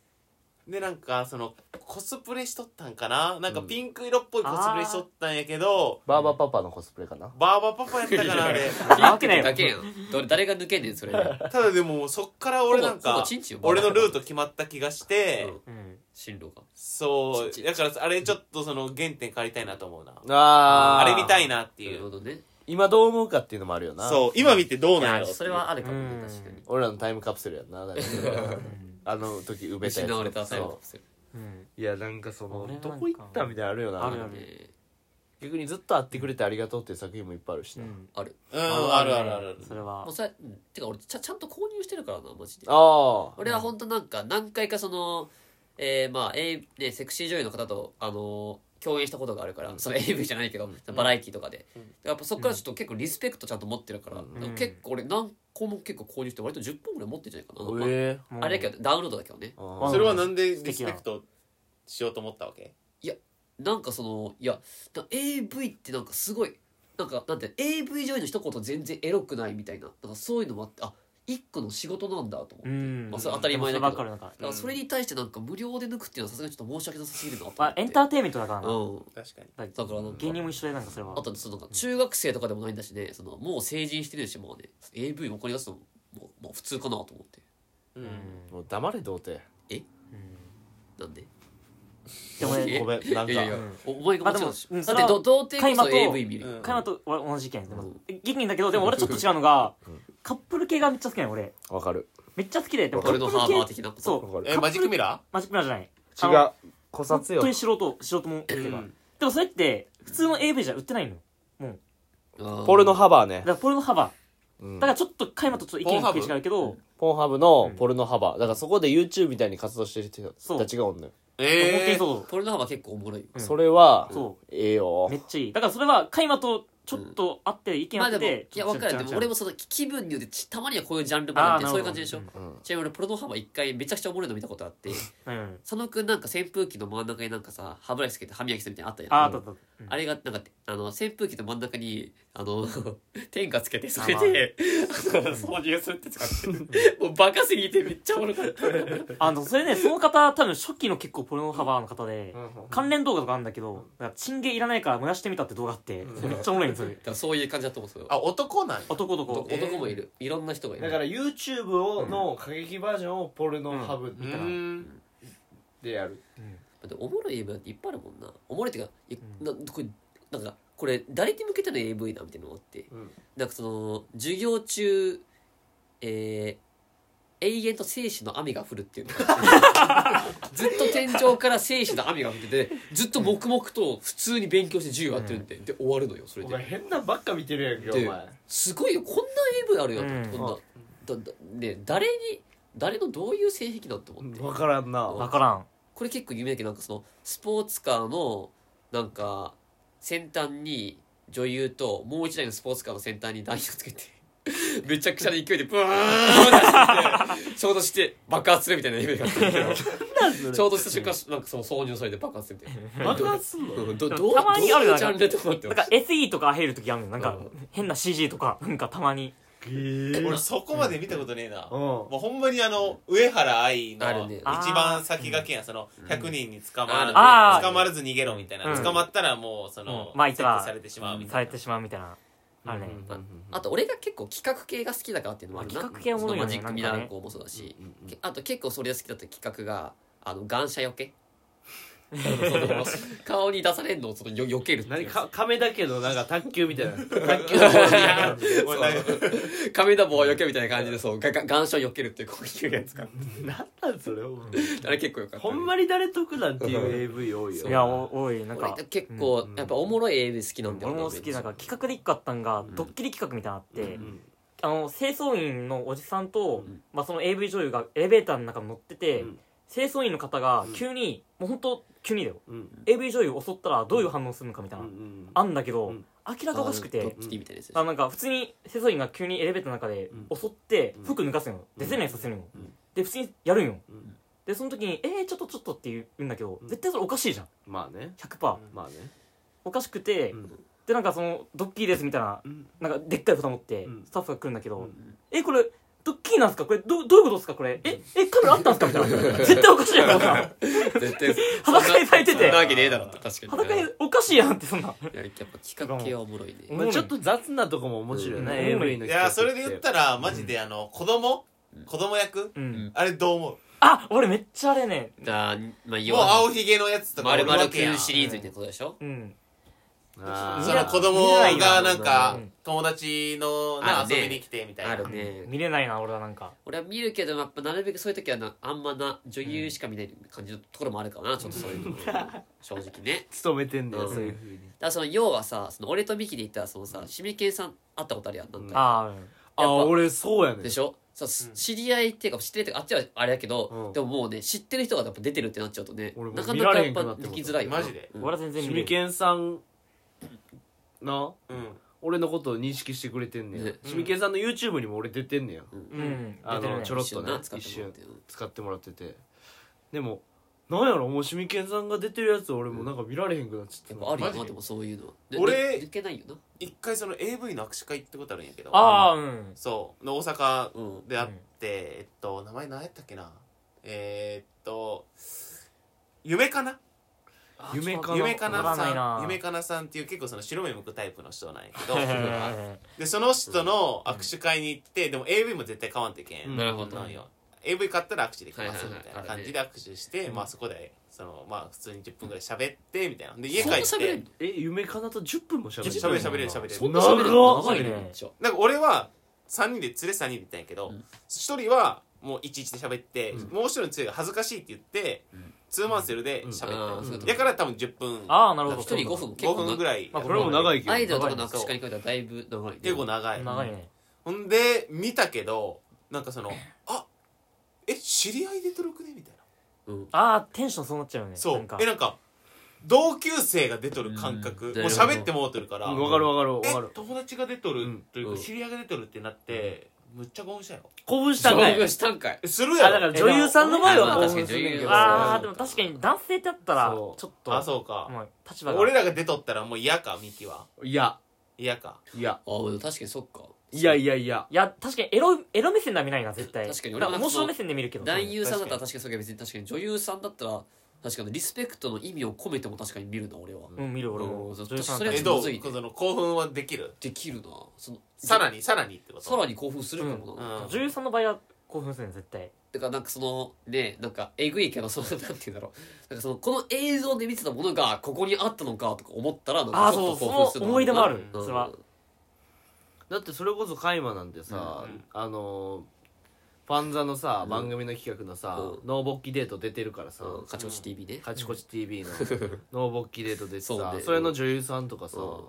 [SPEAKER 4] でなんかそのコスプレしとったんかななんか
[SPEAKER 1] うん
[SPEAKER 4] ピンク色っぽいコスプレしとったんやけど、
[SPEAKER 1] バーバパパのコスプレかな、
[SPEAKER 4] バーバパパやったかなあれ
[SPEAKER 2] ピン
[SPEAKER 3] わ
[SPEAKER 2] ク
[SPEAKER 3] け
[SPEAKER 2] っ
[SPEAKER 3] ない
[SPEAKER 2] てだけや
[SPEAKER 3] よ
[SPEAKER 2] んどれ誰が抜けんねんそれで
[SPEAKER 4] ただでもそっから俺なん
[SPEAKER 2] ほぼほぼ
[SPEAKER 4] か
[SPEAKER 2] チンチンよ
[SPEAKER 4] 俺のルート決まった気がして、
[SPEAKER 2] うん
[SPEAKER 3] うん
[SPEAKER 2] 進路が
[SPEAKER 4] そ
[SPEAKER 2] チ
[SPEAKER 4] う
[SPEAKER 2] ンチン
[SPEAKER 4] だからあれちょっとその原点借りたいなと思うな
[SPEAKER 1] あ
[SPEAKER 4] あ
[SPEAKER 1] ー
[SPEAKER 4] れ見たいなって
[SPEAKER 2] ないるほ
[SPEAKER 4] う
[SPEAKER 2] どね
[SPEAKER 1] 今どう思うかっていうのもあるよな
[SPEAKER 4] そう今見てどう
[SPEAKER 2] い
[SPEAKER 4] なんや
[SPEAKER 2] や
[SPEAKER 4] ろう
[SPEAKER 2] それはあるかも
[SPEAKER 3] う
[SPEAKER 2] ね
[SPEAKER 3] ん
[SPEAKER 2] 確かに
[SPEAKER 1] 俺らのタイムカプセルやんなだから あの時埋めたやつ
[SPEAKER 2] 失われたタイムカ
[SPEAKER 1] そ
[SPEAKER 2] プセル
[SPEAKER 3] うん
[SPEAKER 1] ういやなんかその
[SPEAKER 3] 俺なんか
[SPEAKER 1] どこ行ったみたいなのあるよな
[SPEAKER 3] あるある
[SPEAKER 2] え
[SPEAKER 1] 逆にずっと会ってくれてありがとうっていう作品もいっぱいあるし
[SPEAKER 3] う
[SPEAKER 1] な、
[SPEAKER 3] ん
[SPEAKER 2] ーある
[SPEAKER 4] うんあるあるある
[SPEAKER 3] それ
[SPEAKER 2] も
[SPEAKER 3] は
[SPEAKER 2] うそれうんてか俺ちゃちゃんと購入してるからなマジで
[SPEAKER 1] ああ
[SPEAKER 2] 俺は本当なんか何回かその、えーまあ、A ね、セクシー女優の方と、あのー共演したことがあるから、その AV じゃないけど、バラエティーとかで、やっぱそこからちょっと結構リスペクトちゃんと持ってるから、
[SPEAKER 3] ん
[SPEAKER 2] 結構俺何個も結構購入して割と10本ぐらい持ってるんじゃないかな、ま
[SPEAKER 1] え
[SPEAKER 2] あ、あれだけどダウンロードだけどね
[SPEAKER 1] えあ
[SPEAKER 4] そ
[SPEAKER 1] ー
[SPEAKER 4] れはなんでリスペクトしようと思ったわけ
[SPEAKER 2] なんかそのいやな AV ってなんかすごいなんかなんて AV 女優の一言全然エロくないみたいななんかそういうのもあってあ一個の仕事なんだと思って、
[SPEAKER 3] うん
[SPEAKER 2] まあそれ当たり前だけど
[SPEAKER 3] でもそればっかりなんか
[SPEAKER 2] だからそれに対してなんか無料で抜くっていうのはさすがにちょっと申し訳なさすぎるなと思って、
[SPEAKER 3] まあエンターテインメントだからな
[SPEAKER 2] うん
[SPEAKER 4] 確かに
[SPEAKER 3] だ
[SPEAKER 2] だからなんか
[SPEAKER 3] 芸人も一緒でなんかそれは
[SPEAKER 2] あとそのなんか中学生とかでもないんだしねそのもう成人してるしもうね AV お金出すのももうもう普通かなと思って
[SPEAKER 4] うん
[SPEAKER 1] もう黙れ童貞
[SPEAKER 2] なんで
[SPEAKER 3] でも
[SPEAKER 2] え
[SPEAKER 3] ね
[SPEAKER 1] ごめんなんか
[SPEAKER 2] いやいや
[SPEAKER 3] うん
[SPEAKER 2] おお前が間違うし
[SPEAKER 3] まあでもうん
[SPEAKER 2] だってど童貞こそ
[SPEAKER 3] 開幕を
[SPEAKER 2] AV 見る
[SPEAKER 4] うん
[SPEAKER 2] よ
[SPEAKER 3] 加山と俺同じ意見で
[SPEAKER 2] う
[SPEAKER 3] も
[SPEAKER 2] ん
[SPEAKER 3] 芸人だけどでも俺ちょっと違うのがカップル系がめっちゃ好きなの俺
[SPEAKER 1] わかる
[SPEAKER 3] めっちゃ好きででもカ
[SPEAKER 2] 俺
[SPEAKER 3] ップ
[SPEAKER 2] の
[SPEAKER 3] ル
[SPEAKER 2] ハーバー
[SPEAKER 3] 系
[SPEAKER 2] 的なこと
[SPEAKER 3] そ
[SPEAKER 1] わ
[SPEAKER 3] う
[SPEAKER 1] かる
[SPEAKER 4] えマジックミラ
[SPEAKER 3] マジックミラーじゃないあの
[SPEAKER 1] 違う古
[SPEAKER 3] 本
[SPEAKER 1] 札よ
[SPEAKER 3] 当に素人素人もんっていうかでもそれって普通の AV じゃ売ってないの
[SPEAKER 2] うん
[SPEAKER 1] ポルノハバーね
[SPEAKER 3] だからポルノハバ
[SPEAKER 1] うん
[SPEAKER 3] だからちょっと加山とちょっと意見が違うけど
[SPEAKER 1] ポンハブのポルノハバーだからそこで YouTube みたいに活動してる人たちがおんのよ
[SPEAKER 3] 本当
[SPEAKER 4] え
[SPEAKER 3] にそ
[SPEAKER 2] ポルノハーバー結構おもろいよ
[SPEAKER 3] うん
[SPEAKER 1] それは
[SPEAKER 3] そ
[SPEAKER 1] ええ
[SPEAKER 3] う
[SPEAKER 1] よ
[SPEAKER 3] めっちゃいいだからそれは加山とちょっと合って意見
[SPEAKER 2] ま
[SPEAKER 3] 合
[SPEAKER 2] あ
[SPEAKER 3] っ
[SPEAKER 2] で
[SPEAKER 3] て
[SPEAKER 2] もい
[SPEAKER 3] て
[SPEAKER 2] や分かるでも俺もその気分によってちたまにはこういうジャンルもあるって
[SPEAKER 3] あー
[SPEAKER 2] そういう感じでしょ
[SPEAKER 3] なる
[SPEAKER 1] うん
[SPEAKER 2] ちなみに俺ポルノハーバー一回めちゃくちゃおもろいの見たことあって
[SPEAKER 3] うん
[SPEAKER 2] 佐野くんなんか扇風機の真ん中になんかさ歯ブラシつけて歯磨きするみたいなのあったやん
[SPEAKER 3] ああととうん
[SPEAKER 2] あれがなんかあの扇風機の真ん中にあ の天下つけてそれで 掃除をするって使ってもうバカすぎてめっちゃおもろかった
[SPEAKER 3] あのそれねその方多分初期の結構ポルノハバーの方で関連動画とかあるんだけどなんかチンゲいらないから燃やしてみたって動画あってそれめっちゃおもろいんですよ
[SPEAKER 2] だからそういう感じだと思うんですよ
[SPEAKER 4] あ男なんや
[SPEAKER 3] 男と
[SPEAKER 2] 男
[SPEAKER 3] こ
[SPEAKER 2] 男もいるいろんな人がいる
[SPEAKER 1] だから YouTube をの過激バージョンをポルノハブ
[SPEAKER 4] う
[SPEAKER 1] みたいな
[SPEAKER 4] ー
[SPEAKER 1] でやる
[SPEAKER 2] でもおもろい AV っていっぱいあるもんなおもろいっていうかいなこれなんかこれ誰に向けての AV だみたいなのがあって、
[SPEAKER 1] うん
[SPEAKER 2] なんかその授業中えー永遠と生死の雨が降るっていうのが ずっと天井から生死の雨が降っててずっと黙々と普通に勉強して授業やってるんで、で終わるのよそれ
[SPEAKER 1] お
[SPEAKER 2] で
[SPEAKER 1] 前変なんばっか見てるやんけお前
[SPEAKER 2] ですごいよこんな AV あるよ、
[SPEAKER 3] うん
[SPEAKER 2] こんなだだね誰に誰のどういう性癖だと思って
[SPEAKER 1] 分からんな
[SPEAKER 3] 分からん
[SPEAKER 2] これ結構有名だけどなんかそのスポーツカーのなんか先端に女優ともう一台のスポーツカーの先端に男優つけて めちゃくちゃな勢いでブワーンって走って衝突して爆発するみたいなイメージがあったんだけど衝突した瞬間なんかその挿入されて爆発するみたいな
[SPEAKER 1] 爆発すんの
[SPEAKER 2] うんどどう
[SPEAKER 3] たまにある
[SPEAKER 2] どうい
[SPEAKER 3] よ
[SPEAKER 2] うジャンルと思って
[SPEAKER 3] なん
[SPEAKER 2] ま
[SPEAKER 3] か
[SPEAKER 2] す
[SPEAKER 3] SE とか入る時あるのなんか
[SPEAKER 2] う
[SPEAKER 3] 変な CG とかなんかたまに
[SPEAKER 4] 俺そこまで見たことねえ
[SPEAKER 1] う
[SPEAKER 4] な、
[SPEAKER 1] ん
[SPEAKER 4] もうほんまにあの上原愛
[SPEAKER 2] ある
[SPEAKER 4] の
[SPEAKER 2] ね
[SPEAKER 4] 一番先駆けやんその100人に捕まる、
[SPEAKER 3] あー
[SPEAKER 4] 捕まらず逃げろみたいな、
[SPEAKER 3] うん
[SPEAKER 4] 捕まったらもうその、
[SPEAKER 3] うんまあいつら
[SPEAKER 4] 撤去されてしまうみ
[SPEAKER 3] さ
[SPEAKER 4] たい
[SPEAKER 3] れ
[SPEAKER 4] な
[SPEAKER 3] てしまうみたいなあるね
[SPEAKER 2] あと俺が結構企画系が好きだからっていうのもあるな
[SPEAKER 3] あ企画系おもろいよね
[SPEAKER 2] そのマジックミラーの子もそうだし、けあと結構それが好きだった企画があのガンシャよ けあのその顔に出されるのをそのよ避けるって
[SPEAKER 1] 何
[SPEAKER 2] いう
[SPEAKER 1] か亀だけどなんか卓球みたいな 卓球のボールみたいな感じで
[SPEAKER 4] もうなんか
[SPEAKER 2] 亀田棒を避けみたいな感じでそうガガガンシャを避けるっていうこういうやつか
[SPEAKER 1] 何なんそれお前
[SPEAKER 2] あれ結構よかった
[SPEAKER 1] ほんまに誰得なんていう AV 多いよ
[SPEAKER 2] そう
[SPEAKER 3] いやお多いなんか
[SPEAKER 2] 俺結構やっぱおもろい AV 好きなんだよ
[SPEAKER 3] 俺も好きなんか企画で一個あったんがドッキリ企画みたいなのあって
[SPEAKER 1] ん
[SPEAKER 3] あの清掃員のおじさんとまあその AV 女優がエレベーターの中に乗ってて
[SPEAKER 1] うん
[SPEAKER 3] 清掃員の方が急にもう本当急にだよ
[SPEAKER 1] うん
[SPEAKER 3] AV 女優を襲ったらどういう反応するのかみたい
[SPEAKER 1] うんう
[SPEAKER 3] なんあんだけど
[SPEAKER 1] うん
[SPEAKER 3] 明らかおかしく
[SPEAKER 2] ド
[SPEAKER 3] て
[SPEAKER 2] ッキリみたいなやつでしょ
[SPEAKER 3] あなんか普通に清掃員が急にエレベーターの中で
[SPEAKER 1] うん
[SPEAKER 3] 襲って
[SPEAKER 1] うん
[SPEAKER 3] 服脱がすのよでゼネさせるの
[SPEAKER 1] うん
[SPEAKER 3] で普通にやるんよ
[SPEAKER 1] うん
[SPEAKER 3] でその時に「えー、ちょっとちょっと」って言うんだけど
[SPEAKER 1] うん
[SPEAKER 3] 絶対それおかしいじゃん
[SPEAKER 1] まあね
[SPEAKER 3] 100%
[SPEAKER 1] まあね
[SPEAKER 3] おかしくて
[SPEAKER 1] うん
[SPEAKER 3] でなんかそのドッキリですみたいな
[SPEAKER 1] うん
[SPEAKER 3] なんかでっかい蓋持って
[SPEAKER 1] うん
[SPEAKER 3] スタッフが来るんだけど、
[SPEAKER 1] うん
[SPEAKER 3] えこれドッキリなんすかこれどどういうことですかこれええカメラあったんすかみたいな絶対おかしいやんこんなん
[SPEAKER 2] 絶対
[SPEAKER 3] 裸にされてて
[SPEAKER 2] そんなわけねえだろって確かに
[SPEAKER 3] 裸におかしいやんってそんない
[SPEAKER 2] ややっぱ企画系はおもろいね
[SPEAKER 1] まあちょっと雑なとこも面白いよね
[SPEAKER 3] うん
[SPEAKER 1] AV の
[SPEAKER 4] いやそれで言
[SPEAKER 1] 言
[SPEAKER 4] ったらマジであの子供子供役、
[SPEAKER 3] うん、
[SPEAKER 2] ん
[SPEAKER 4] あれどう思う
[SPEAKER 3] あ俺めっちゃあれね
[SPEAKER 2] あーまあ
[SPEAKER 4] もう青ひげのやつとか
[SPEAKER 2] まるまる
[SPEAKER 4] おるわけやん
[SPEAKER 2] シリーズみたいなことでしょ
[SPEAKER 3] うん
[SPEAKER 1] あ
[SPEAKER 4] そ
[SPEAKER 1] ー
[SPEAKER 4] の子供がなんか
[SPEAKER 3] うん
[SPEAKER 4] 友達のな
[SPEAKER 2] あね
[SPEAKER 4] 遊びに来てみたいな
[SPEAKER 2] あるね
[SPEAKER 3] 見れないな俺はなんか
[SPEAKER 2] 俺は見るけどやっぱなるべくそういう時はなあんまな女優しか見ない感じのところもあるからなちょっとそういうの正直ね
[SPEAKER 1] 勤めてんだよ
[SPEAKER 2] うん
[SPEAKER 1] そういうふうに
[SPEAKER 2] だからその要はさその俺とミキで言ったらそのさシミケンさん会ったことあるやんなんか
[SPEAKER 3] あーうん
[SPEAKER 2] ぱ
[SPEAKER 1] あ俺そうやね
[SPEAKER 2] で
[SPEAKER 1] ん
[SPEAKER 2] しょそうす知り合いっていうか知ってるっていうかあっちはあれだけど、
[SPEAKER 1] うん
[SPEAKER 2] でももうね知ってる人がやっぱ出てるってなっちゃうとね
[SPEAKER 1] 俺も
[SPEAKER 2] なかなかやっ
[SPEAKER 1] 見られへんくな
[SPEAKER 2] ぱ
[SPEAKER 1] って
[SPEAKER 2] で
[SPEAKER 1] も
[SPEAKER 2] きづらいよな
[SPEAKER 4] マジで
[SPEAKER 2] うん
[SPEAKER 3] 俺は全然
[SPEAKER 1] シ
[SPEAKER 3] 見れ
[SPEAKER 1] ミ
[SPEAKER 3] る
[SPEAKER 1] ケンさんな
[SPEAKER 4] うん
[SPEAKER 1] 俺のことを認識してくれてんねん
[SPEAKER 2] ね
[SPEAKER 1] シミケンさんの YouTube にも俺出てんねや
[SPEAKER 3] うん、
[SPEAKER 1] あ
[SPEAKER 3] 出てる
[SPEAKER 1] の
[SPEAKER 3] ね
[SPEAKER 1] ちょろっとね
[SPEAKER 2] 一緒な
[SPEAKER 1] 一
[SPEAKER 2] 使ってもら
[SPEAKER 1] 瞬
[SPEAKER 2] ってる
[SPEAKER 1] 使ってもらっててでもなんやろもうシミケンさんが出てるやつ俺もなんか見られへんくなっちゃ
[SPEAKER 2] や
[SPEAKER 1] っ
[SPEAKER 2] ってぱあるよ
[SPEAKER 4] マジ
[SPEAKER 2] な
[SPEAKER 4] で
[SPEAKER 2] でもそういうのはで
[SPEAKER 4] 俺
[SPEAKER 2] 抜けないよな
[SPEAKER 4] 一回その AV の握手会ってことあるんやけど
[SPEAKER 3] ああうん
[SPEAKER 4] そうの大阪
[SPEAKER 2] う
[SPEAKER 4] であって、えっと名前何やったっけなえー、っと夢かな
[SPEAKER 1] 夢かな
[SPEAKER 4] 夢か
[SPEAKER 3] わか
[SPEAKER 4] なん
[SPEAKER 3] ない
[SPEAKER 4] さ
[SPEAKER 3] なん
[SPEAKER 4] 夢かなさんっていう結構その白目向くタイプの人なんやけど
[SPEAKER 3] へー
[SPEAKER 4] でその人の握手会に行って、でも AV も絶対買わんといけん、
[SPEAKER 1] うん
[SPEAKER 2] なるほど
[SPEAKER 4] なんよ AV 買ったら握手できますみ
[SPEAKER 2] はいはいはい
[SPEAKER 4] たいな感じで握手して、まあそこでそのまあ普通に10分ぐらい喋ってみたいなで家
[SPEAKER 2] そ
[SPEAKER 4] 帰
[SPEAKER 2] んな
[SPEAKER 4] っ
[SPEAKER 2] 喋れん
[SPEAKER 4] て
[SPEAKER 2] の
[SPEAKER 1] え夢かなと10分も喋
[SPEAKER 4] 喋れる喋れる喋れる
[SPEAKER 2] そんな喋れんの
[SPEAKER 1] 長っ
[SPEAKER 2] 長いねめっちゃ
[SPEAKER 4] なんか俺は3人で連れ3人で行ったんやけど、
[SPEAKER 2] うん
[SPEAKER 4] 1人はもういちいちで喋って、
[SPEAKER 2] うん
[SPEAKER 4] もう1人の連れが恥ずかしいって言って、
[SPEAKER 2] うん
[SPEAKER 4] ツーマンセルで喋った
[SPEAKER 2] うんあーそういうこと
[SPEAKER 4] だから多分10分
[SPEAKER 3] あーなるほど
[SPEAKER 2] 一人5分結
[SPEAKER 4] 5
[SPEAKER 2] 構
[SPEAKER 4] 分ぐ
[SPEAKER 2] らい
[SPEAKER 4] らい、
[SPEAKER 3] まあ
[SPEAKER 1] これも長いけど
[SPEAKER 2] アイドルとかの握手会に比べたらだいぶ長いね
[SPEAKER 4] 結構長い、
[SPEAKER 3] 長いね
[SPEAKER 4] ほんで見たけどなん かそのあえ知り合いで登録ねみたいな
[SPEAKER 2] うん
[SPEAKER 3] ああテンションそうなっちゃうよね
[SPEAKER 4] そう
[SPEAKER 3] なんか
[SPEAKER 4] えなんか同級生が出とる感覚、
[SPEAKER 2] うん
[SPEAKER 4] もう喋ってもうとるから、
[SPEAKER 1] うんわかるわかるわ
[SPEAKER 4] え
[SPEAKER 1] かる
[SPEAKER 4] 友達が出とるというか、
[SPEAKER 2] うん
[SPEAKER 4] 知り合いが出とるってなって、むっちゃ興奮したよ
[SPEAKER 1] 興奮したんか
[SPEAKER 2] 勝
[SPEAKER 1] い
[SPEAKER 2] 負したんかい
[SPEAKER 4] えする
[SPEAKER 1] あ
[SPEAKER 4] や
[SPEAKER 1] だ
[SPEAKER 4] ろ
[SPEAKER 1] から女優さんの場合は興奮するんやけ
[SPEAKER 2] えで
[SPEAKER 1] ど
[SPEAKER 2] も
[SPEAKER 3] あ
[SPEAKER 2] あ
[SPEAKER 3] あでも確かに男性ってやったらち
[SPEAKER 1] そ
[SPEAKER 3] ょ
[SPEAKER 1] う
[SPEAKER 3] っと
[SPEAKER 4] あそうか、
[SPEAKER 3] もう立場が
[SPEAKER 4] 俺らが出とったらもう嫌かミキはい
[SPEAKER 1] や
[SPEAKER 4] 嫌か
[SPEAKER 1] いや
[SPEAKER 2] ああ確かにそっか
[SPEAKER 1] いやいやいや
[SPEAKER 3] いや確かにエロエロ目線では見ないな絶対
[SPEAKER 2] 確かに
[SPEAKER 3] 俺
[SPEAKER 2] 俺
[SPEAKER 3] は
[SPEAKER 2] は
[SPEAKER 3] 面白目線で見るけど
[SPEAKER 2] 男優さんだったら確かにそれが別に確かに女優さんだったら確かにリスペクトの意味を込めても確かに見るな俺は、
[SPEAKER 3] うん見る俺
[SPEAKER 2] う
[SPEAKER 3] も
[SPEAKER 2] ん
[SPEAKER 3] 女優さん
[SPEAKER 2] それ
[SPEAKER 3] だっ
[SPEAKER 2] はちょ
[SPEAKER 4] え
[SPEAKER 2] っ
[SPEAKER 4] どう
[SPEAKER 2] むずいね
[SPEAKER 4] その興奮はできる
[SPEAKER 2] できるなその
[SPEAKER 4] さらにさらにってこと
[SPEAKER 2] さらに興奮するかもな、
[SPEAKER 4] うん
[SPEAKER 3] たら女優さんの場合は興奮するね絶対
[SPEAKER 2] だからなんかそのねなんかえぐいけどそのなんて言うんだろうなんかそのこの映像で見てたものがここにあったのかとか思ったらなん
[SPEAKER 3] あ
[SPEAKER 2] か
[SPEAKER 3] あ
[SPEAKER 2] ちょっ
[SPEAKER 3] そ
[SPEAKER 2] と
[SPEAKER 3] うそ
[SPEAKER 2] 興奮する
[SPEAKER 3] の思い出もある
[SPEAKER 2] う
[SPEAKER 3] そ
[SPEAKER 2] ん
[SPEAKER 3] れは
[SPEAKER 1] だってそれこそカイマなんてさ、
[SPEAKER 4] うん
[SPEAKER 1] あのーパンザのさ、番組の企画のさ、
[SPEAKER 2] う
[SPEAKER 1] ノーボッキデート出てるからさ、
[SPEAKER 2] うん、勝ち越し TV ね
[SPEAKER 1] カチコチ TV のノーボッキデート出て
[SPEAKER 2] そう
[SPEAKER 1] さ
[SPEAKER 2] ね
[SPEAKER 1] それの女優さんとかさ、
[SPEAKER 2] うん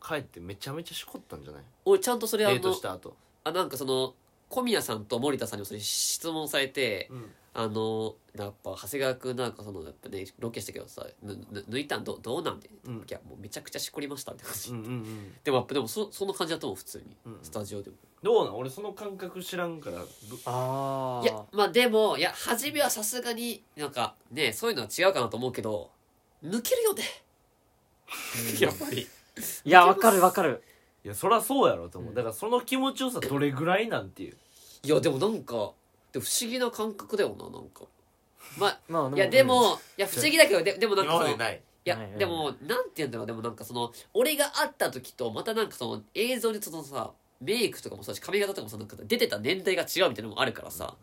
[SPEAKER 1] 帰ってめちゃめちゃしこったんじゃない
[SPEAKER 2] 俺ちゃんとそれ
[SPEAKER 1] デ
[SPEAKER 2] あ
[SPEAKER 1] ート
[SPEAKER 2] の
[SPEAKER 1] した後
[SPEAKER 2] あなんかその小宮さんと森田さんにもそれ質問されて、
[SPEAKER 1] うん
[SPEAKER 2] あのやっぱ長谷川君なんかそのやっぱねロケしたけどさぬぬ抜いたんどどうなんで、
[SPEAKER 1] うん
[SPEAKER 2] いやもうめちゃくちゃしこりましたって感じ、
[SPEAKER 1] うんうんうん
[SPEAKER 2] でもやっぱでもそそんな感じだと思う普通に、
[SPEAKER 1] うんうん
[SPEAKER 2] スタジオでも
[SPEAKER 1] どうなん俺その感覚知らんから
[SPEAKER 3] あ
[SPEAKER 2] いやまあでもいや初めはさすがになんかねそういうのは違うかなと思うけど抜けるよね やっぱり
[SPEAKER 3] いやわかるわかる
[SPEAKER 1] いやそりゃそうやろと思う、
[SPEAKER 2] うん
[SPEAKER 1] だからその気持ちよさどれぐらいなんていう
[SPEAKER 2] いやでもなんかでも不思議な感覚だよななんかまあ
[SPEAKER 3] まあ
[SPEAKER 2] いやでもいや不思議だけどででもなんか
[SPEAKER 4] 今
[SPEAKER 2] そ
[SPEAKER 4] ま
[SPEAKER 2] の
[SPEAKER 4] でない
[SPEAKER 2] いや
[SPEAKER 3] ないない
[SPEAKER 2] でもなんて言うんだろうでもなんかその俺が会った時とまたなんかその映像でそのさメイクとかもそうだし髪型とかもさなんか出てた年代が違うみたいなのもあるからさ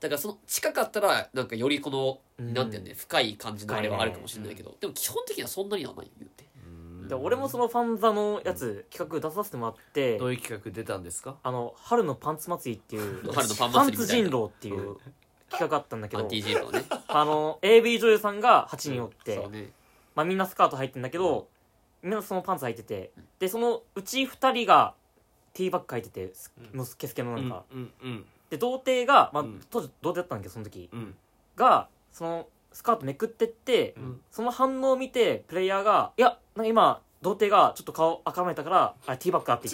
[SPEAKER 2] だからその近かったらなんかよりこの、
[SPEAKER 3] うん
[SPEAKER 2] なんて言うんだよね深い感じのあれはあるかもしれないけど、でも基本的にはそんなにはないよ言うて
[SPEAKER 3] で俺もそのファンザのやつ企画出させてもらって
[SPEAKER 1] どういう企画出たんですか
[SPEAKER 3] あの春のパンツ祭りってい
[SPEAKER 2] 春
[SPEAKER 3] う
[SPEAKER 2] のパン祭りみ
[SPEAKER 3] パンツ
[SPEAKER 2] たいな
[SPEAKER 3] 人狼っていう企画あったんだけ
[SPEAKER 2] ア
[SPEAKER 3] ど
[SPEAKER 2] ンティージェイ のね
[SPEAKER 3] あの AV 女優さんが8人おって、
[SPEAKER 2] そうね
[SPEAKER 3] まあ、みんなスカート履いてんだけど、みんなそのパンツ履いててでそのうち2人がティーバッグ履いててす
[SPEAKER 4] うん
[SPEAKER 3] のスケスケのなんか、
[SPEAKER 1] うんうん
[SPEAKER 3] で童貞が、まあ
[SPEAKER 1] うん、
[SPEAKER 3] 当時童貞だったんだけどその時
[SPEAKER 1] うん
[SPEAKER 3] がそのスカートめくってって、
[SPEAKER 1] うん
[SPEAKER 3] その反応を見てプレイヤーが「いやなんか今童貞がちょっと顔赤めたからあティーバッグだ」って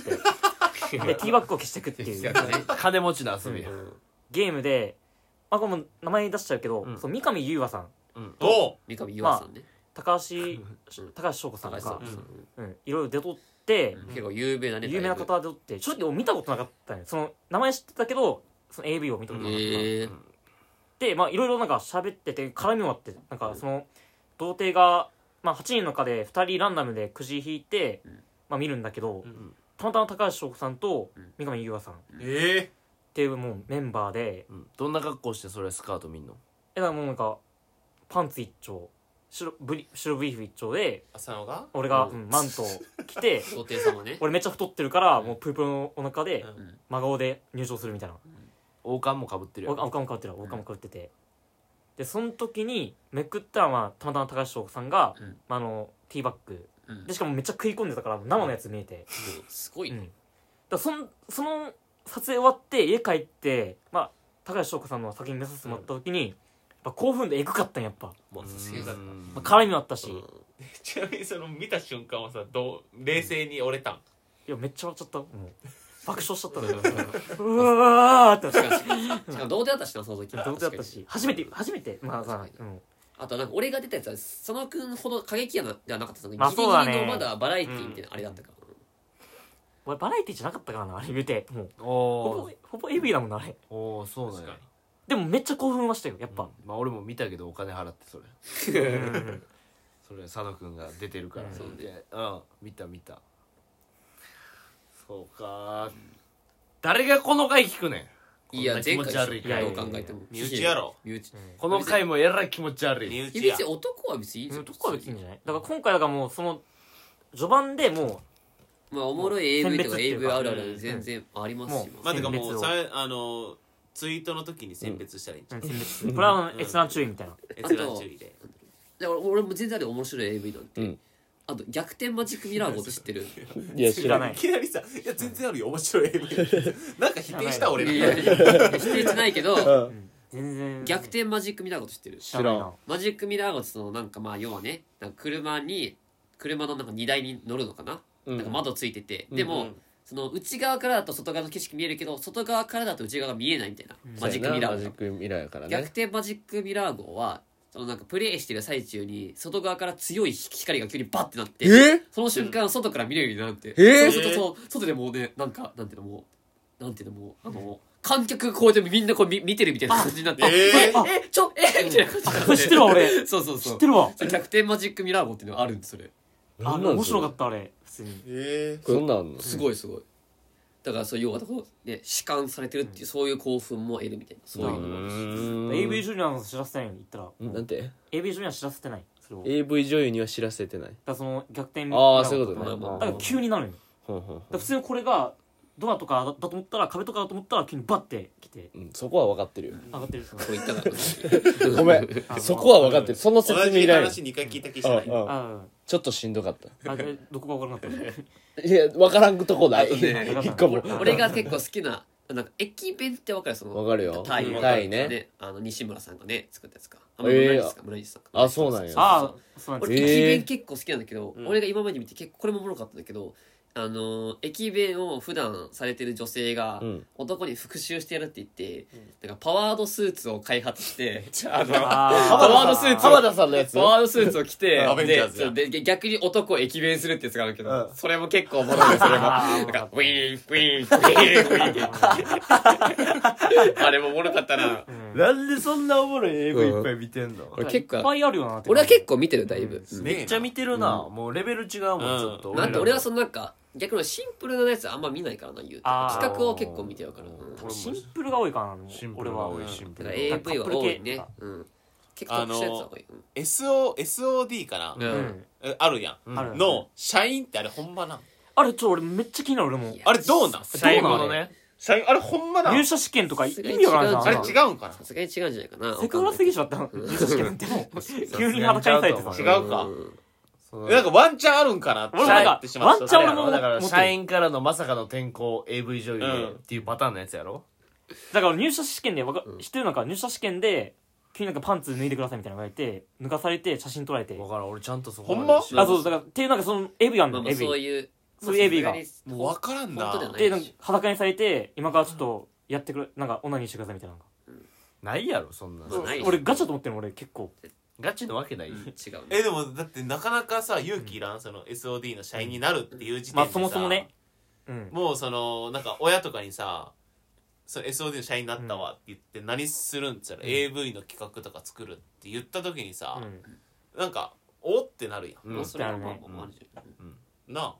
[SPEAKER 3] 言ってでティーバッグを消してくっていう
[SPEAKER 1] 金持ちの遊びや、
[SPEAKER 3] ゲームで、まあ、これも名前出しちゃうけど、
[SPEAKER 1] うん
[SPEAKER 3] その三上優和さん
[SPEAKER 1] うん
[SPEAKER 4] おう
[SPEAKER 2] 三上優愛さんね、
[SPEAKER 3] 高橋高橋翔子さん
[SPEAKER 2] 高
[SPEAKER 3] と
[SPEAKER 2] 橋さん、、
[SPEAKER 3] かうん、いろいろ出とって、
[SPEAKER 2] うん結構有名なね
[SPEAKER 3] 有名な
[SPEAKER 2] だい
[SPEAKER 3] 方でおって正直俺見たことなかったねその名前知ってたけどその AV を見たこと
[SPEAKER 2] ぶ
[SPEAKER 3] なかった、
[SPEAKER 2] へえー
[SPEAKER 3] でまあいろいろなんか喋ってて絡みもあってなんかその童貞が、まあ、8人の中で2人ランダムでくじ引いて、
[SPEAKER 2] ん
[SPEAKER 3] まあ、見るんだけど、
[SPEAKER 1] ん
[SPEAKER 3] たまたま高橋翔子さんと
[SPEAKER 2] ん
[SPEAKER 3] 三上優愛さんっ
[SPEAKER 4] え
[SPEAKER 3] ていうもうメンバーで
[SPEAKER 1] うんどんな格好してそれスカート見んの
[SPEAKER 3] えだからもうなんかパンツ一丁白ブリ白ブリーフ一丁で
[SPEAKER 4] ー浅野が
[SPEAKER 3] 俺が、
[SPEAKER 2] う
[SPEAKER 3] うんマントを着て
[SPEAKER 2] 童貞様ね
[SPEAKER 3] 俺めっちゃ太ってるからもうプープーのお腹で
[SPEAKER 4] うん
[SPEAKER 3] 真顔で入場するみたいな
[SPEAKER 1] 王冠もかぶってるや
[SPEAKER 3] お
[SPEAKER 1] ん
[SPEAKER 3] かもかぶってるわおかもかぶっててでその時にめくったら、まあ、たまたま高橋翔子さんが、
[SPEAKER 2] うん
[SPEAKER 3] まあ、あのティーバッグ
[SPEAKER 2] うん
[SPEAKER 3] でしかもめっちゃ食い込んでたから生のやつ見えて、
[SPEAKER 2] すごい
[SPEAKER 3] うん
[SPEAKER 2] ね
[SPEAKER 3] だからそんその撮影終わって家帰って、まあ、高橋翔子さんの作品見させてもらった時に、やっぱ興奮でエグかったんやっぱ、
[SPEAKER 2] まあさす
[SPEAKER 1] う
[SPEAKER 2] がだ
[SPEAKER 1] ん
[SPEAKER 3] まあ、絡みもあったし、
[SPEAKER 2] うん
[SPEAKER 3] い
[SPEAKER 4] ちなみにその見た瞬間はさどう冷静に折れたん
[SPEAKER 3] やめっちゃ笑っちゃったもう爆笑しちゃったん だようわーってなっ
[SPEAKER 2] し
[SPEAKER 3] ちゃっ
[SPEAKER 2] かししかも童貞だったしなその時
[SPEAKER 3] た童貞だったし初めて初めてまあさ
[SPEAKER 2] 確、
[SPEAKER 3] う
[SPEAKER 2] か
[SPEAKER 3] ん、
[SPEAKER 2] あとなんか俺が出たやつは佐野くんほど過激やなではなかったそのギ
[SPEAKER 3] まあ
[SPEAKER 2] リギ
[SPEAKER 3] そうだね
[SPEAKER 2] リのまだバラエティーみたいなあれだったから、
[SPEAKER 3] 俺バラエティじゃなかったからなあれ言うてもうほ
[SPEAKER 1] お
[SPEAKER 3] ぼほぼエビだもんなあれ
[SPEAKER 1] ーおーそうなんや
[SPEAKER 4] 確か
[SPEAKER 3] でもめっちゃ興奮はしたよやっぱ、
[SPEAKER 1] まあ俺も見たけどお金払ってそれ
[SPEAKER 3] うん
[SPEAKER 1] それ佐野くんが出てるから、
[SPEAKER 3] うん
[SPEAKER 2] そうね
[SPEAKER 1] でうん見た見たそうか、誰がこの回聞くねん
[SPEAKER 2] いや
[SPEAKER 1] こんな
[SPEAKER 2] 前
[SPEAKER 1] 気持
[SPEAKER 2] 回
[SPEAKER 1] ち悪い
[SPEAKER 3] いやい
[SPEAKER 1] 回
[SPEAKER 2] ど
[SPEAKER 3] や
[SPEAKER 2] う
[SPEAKER 3] いや
[SPEAKER 2] 考えても
[SPEAKER 4] 身内やろ
[SPEAKER 2] 身内
[SPEAKER 3] うん
[SPEAKER 1] この回もえらい気持ち悪い
[SPEAKER 4] 身
[SPEAKER 2] い
[SPEAKER 4] 内
[SPEAKER 2] や
[SPEAKER 4] や
[SPEAKER 2] 別に男は別にいいですよ
[SPEAKER 3] 男は別にいいんじゃないだから今回だからもうその序盤でも
[SPEAKER 2] まあおもろい AV と
[SPEAKER 3] 選別
[SPEAKER 2] か
[SPEAKER 3] っていう
[SPEAKER 2] AV
[SPEAKER 3] か
[SPEAKER 2] あるある全然ありますし
[SPEAKER 3] も
[SPEAKER 4] まあてかも
[SPEAKER 3] 選別
[SPEAKER 4] う
[SPEAKER 3] を
[SPEAKER 4] さあのツイートの時に選別したらいいん
[SPEAKER 3] う
[SPEAKER 4] じゃ
[SPEAKER 3] うんん選別これは閲覧注意みたいな、
[SPEAKER 4] 閲覧注意で
[SPEAKER 2] だから俺も全然あれ面白い AV なんて、
[SPEAKER 1] うん
[SPEAKER 2] あと逆転マジックミラー号って知ってる
[SPEAKER 1] いや
[SPEAKER 3] 知ら ない
[SPEAKER 4] いきなりさ「いや全然あるよ面白い」 なんか否定した俺
[SPEAKER 2] いやいやいや否定しない けど
[SPEAKER 3] 全然
[SPEAKER 2] 逆転マジックミラー号って知ってる
[SPEAKER 3] 知らないな
[SPEAKER 2] マジックミラー号ってそのなんかまあ要はねなんか車に車のなんか荷台に乗るのかな,、なんか窓ついてて、でも、
[SPEAKER 4] うん
[SPEAKER 2] その内側からだと外側の景色見えるけど外側からだと内側が見えないみたいな、マジックミラー号、
[SPEAKER 1] クミラーやから
[SPEAKER 2] 逆転マジックミラー号はそのなんかプレイしてる最中に外側から強い光が急にバッてなって
[SPEAKER 1] え
[SPEAKER 2] その瞬間外から見れるようになるって、
[SPEAKER 1] えー
[SPEAKER 2] そうするとそう外でもうねなんかなんていうのもうなんていうのもうあの観客こうやってみんなこう見見てるみたいな感じになって
[SPEAKER 4] あえ
[SPEAKER 3] ー
[SPEAKER 2] えちょえみたいな感じになって
[SPEAKER 3] これ知ってるわ俺
[SPEAKER 2] そうそうそう
[SPEAKER 3] 知ってるわ
[SPEAKER 2] そう逆転マジックミラー号っていうのがあるんですそれ
[SPEAKER 3] あ
[SPEAKER 5] なんなんそれ
[SPEAKER 3] 面白かったあれ普通に
[SPEAKER 4] え
[SPEAKER 5] そんなんあんの
[SPEAKER 2] すごいすごいだからそう要はこうね弛緩されてるっていうそういう興奮も得るみたいなそういうのもあるし
[SPEAKER 3] AV ジュニアの知らせてないの言ったら
[SPEAKER 5] なんて
[SPEAKER 3] AV ジュニア知らせてないそれをだか
[SPEAKER 5] AV 女優には知らせてない
[SPEAKER 3] らその逆転
[SPEAKER 5] ああそういうこと
[SPEAKER 3] だ
[SPEAKER 5] ね
[SPEAKER 2] まあまあ
[SPEAKER 3] から急になるのよ
[SPEAKER 5] ほんほんほ
[SPEAKER 3] だから普通にこれがドアとかだと思ったら壁とかだと思ったら急にバッて来て
[SPEAKER 5] うん、そこは分かってるよ
[SPEAKER 3] 上がってるそ
[SPEAKER 2] こう言ったか ら
[SPEAKER 5] ごめん
[SPEAKER 3] あ
[SPEAKER 5] そこは分かってるその説
[SPEAKER 4] 同
[SPEAKER 5] 明い
[SPEAKER 4] じ
[SPEAKER 5] らない
[SPEAKER 4] 話2回聞いた気
[SPEAKER 5] う
[SPEAKER 4] し
[SPEAKER 5] ん
[SPEAKER 4] ない
[SPEAKER 5] うん
[SPEAKER 3] あ
[SPEAKER 5] ちょっとしんどかった
[SPEAKER 3] あでどこが分からなかっ
[SPEAKER 5] いや分からんとこない
[SPEAKER 2] あとね
[SPEAKER 5] 一個も
[SPEAKER 2] 俺が結構好きななんか駅弁ってわかるその
[SPEAKER 5] 分かるよ
[SPEAKER 2] タイ
[SPEAKER 5] タイね
[SPEAKER 2] あの西村さんがね作ったやつかあ
[SPEAKER 5] えー
[SPEAKER 2] 村西さんか村西さんか
[SPEAKER 5] あそうなんや
[SPEAKER 3] たああそうなんで
[SPEAKER 2] 俺
[SPEAKER 3] す
[SPEAKER 5] えー
[SPEAKER 2] 駅弁結構好きなんだけど、
[SPEAKER 1] うん
[SPEAKER 2] 俺が今まで見て結構これもおもろかったんだけどあのー駅弁を普段されてる女性が
[SPEAKER 5] うん
[SPEAKER 2] 男に復讐してやるって言って、なんかパワードスーツを開発してあの
[SPEAKER 3] あ
[SPEAKER 2] パワードスーツ
[SPEAKER 5] 浜田さんのやつ
[SPEAKER 2] パワードスーツを着て
[SPEAKER 4] アベンジャーズや
[SPEAKER 2] でで逆に男を駅弁するってやつがあるけど、
[SPEAKER 1] うん
[SPEAKER 2] それも結構おもろいそれも
[SPEAKER 3] あ
[SPEAKER 2] な
[SPEAKER 3] ー
[SPEAKER 2] んかウィーンウィーンウィーンウィー ンあれもおもろかったな
[SPEAKER 1] なんでそんなおもろい AV いっぱい見てんの、
[SPEAKER 2] 俺結
[SPEAKER 3] いっ
[SPEAKER 2] 構
[SPEAKER 3] ぱいあるよなって
[SPEAKER 2] 俺は結構見てるだいぶ、うん
[SPEAKER 1] めっちゃ見てるな、もうレベル違うもん、
[SPEAKER 4] うん
[SPEAKER 1] ちょっと
[SPEAKER 2] なんで
[SPEAKER 1] ら
[SPEAKER 2] 俺はそのなんか逆のシンプルなやつあんま見ないからな言うて
[SPEAKER 3] あー
[SPEAKER 2] 企画を結構見てるから、うんだ
[SPEAKER 1] 俺
[SPEAKER 3] シンプルが多いかな
[SPEAKER 1] シンプ
[SPEAKER 3] 俺
[SPEAKER 1] ルが
[SPEAKER 3] は
[SPEAKER 1] 多いシンプ
[SPEAKER 2] から
[SPEAKER 1] ル
[SPEAKER 2] AV は多いね
[SPEAKER 3] カッ、
[SPEAKER 2] うん、結構特殊なやつは多い、
[SPEAKER 4] SO SOD かな、
[SPEAKER 2] うん
[SPEAKER 3] うん
[SPEAKER 4] えあるやん、
[SPEAKER 3] ある
[SPEAKER 4] の社員ってあれほんまなん
[SPEAKER 3] あれちょ俺めっちゃ気になる俺も
[SPEAKER 2] いや
[SPEAKER 4] あれどうなん
[SPEAKER 1] 最後のね
[SPEAKER 4] 社員あれほんまなん
[SPEAKER 3] 入社試験とか意味わからん
[SPEAKER 4] あ
[SPEAKER 3] な
[SPEAKER 4] れ
[SPEAKER 3] い
[SPEAKER 4] 違うんかな
[SPEAKER 2] さすがに違うんじゃないかな
[SPEAKER 3] セクハラすぎちゃったの入社試験なんても う急に裸にされてさ
[SPEAKER 4] 違う
[SPEAKER 2] わ
[SPEAKER 4] か
[SPEAKER 2] ん、ない
[SPEAKER 1] その
[SPEAKER 4] なんかワンチャンあるんかなって
[SPEAKER 3] 俺もなん
[SPEAKER 4] 思
[SPEAKER 3] か
[SPEAKER 4] ってしまっ
[SPEAKER 3] ワン
[SPEAKER 4] た
[SPEAKER 3] チャン
[SPEAKER 1] あれ
[SPEAKER 3] 俺
[SPEAKER 1] や
[SPEAKER 3] も
[SPEAKER 1] ろだから
[SPEAKER 3] 持ってる
[SPEAKER 1] 社員からのまさかの転校 AV 女優で
[SPEAKER 4] うん
[SPEAKER 1] っていうパターンのやつやろ、
[SPEAKER 3] だから入社試験でわか知ってるのか入社試験で急になんかパンツ脱いでくださいみたいなの言われて抜かされて写真撮られて
[SPEAKER 1] だ
[SPEAKER 3] あ
[SPEAKER 1] から俺ちゃんとそこ
[SPEAKER 4] こまでほんま
[SPEAKER 2] 知らん
[SPEAKER 3] そうだからっていうなんかそのエビあん
[SPEAKER 2] まあ
[SPEAKER 3] の
[SPEAKER 2] まあ
[SPEAKER 3] エビ
[SPEAKER 2] そういう
[SPEAKER 3] そういう AV が
[SPEAKER 4] もう分からんな
[SPEAKER 2] 本当だよね
[SPEAKER 3] でなんか裸にされて今からちょっとやってくれなんかオナニーしてくださいみたいなの
[SPEAKER 1] ないやろそんな
[SPEAKER 2] まあない
[SPEAKER 3] が俺ガチだと思ってるの俺結構
[SPEAKER 1] ガチのわけない
[SPEAKER 2] 違うね
[SPEAKER 4] えでもだってなかなかさ勇気いらんその SOD の社員になるっていう時点でさ、
[SPEAKER 3] まあそもそもねうん
[SPEAKER 4] もうそのなんか親とかにさその SOD の社員になったわって言って何するんっつったら、AV の企画とか作るって言った時にさ
[SPEAKER 3] う、ん
[SPEAKER 4] なんかおってなるや
[SPEAKER 1] うん
[SPEAKER 2] まあそれはまあ
[SPEAKER 3] だよ
[SPEAKER 2] ま
[SPEAKER 3] ね
[SPEAKER 2] あまああるじゃん
[SPEAKER 4] んなあ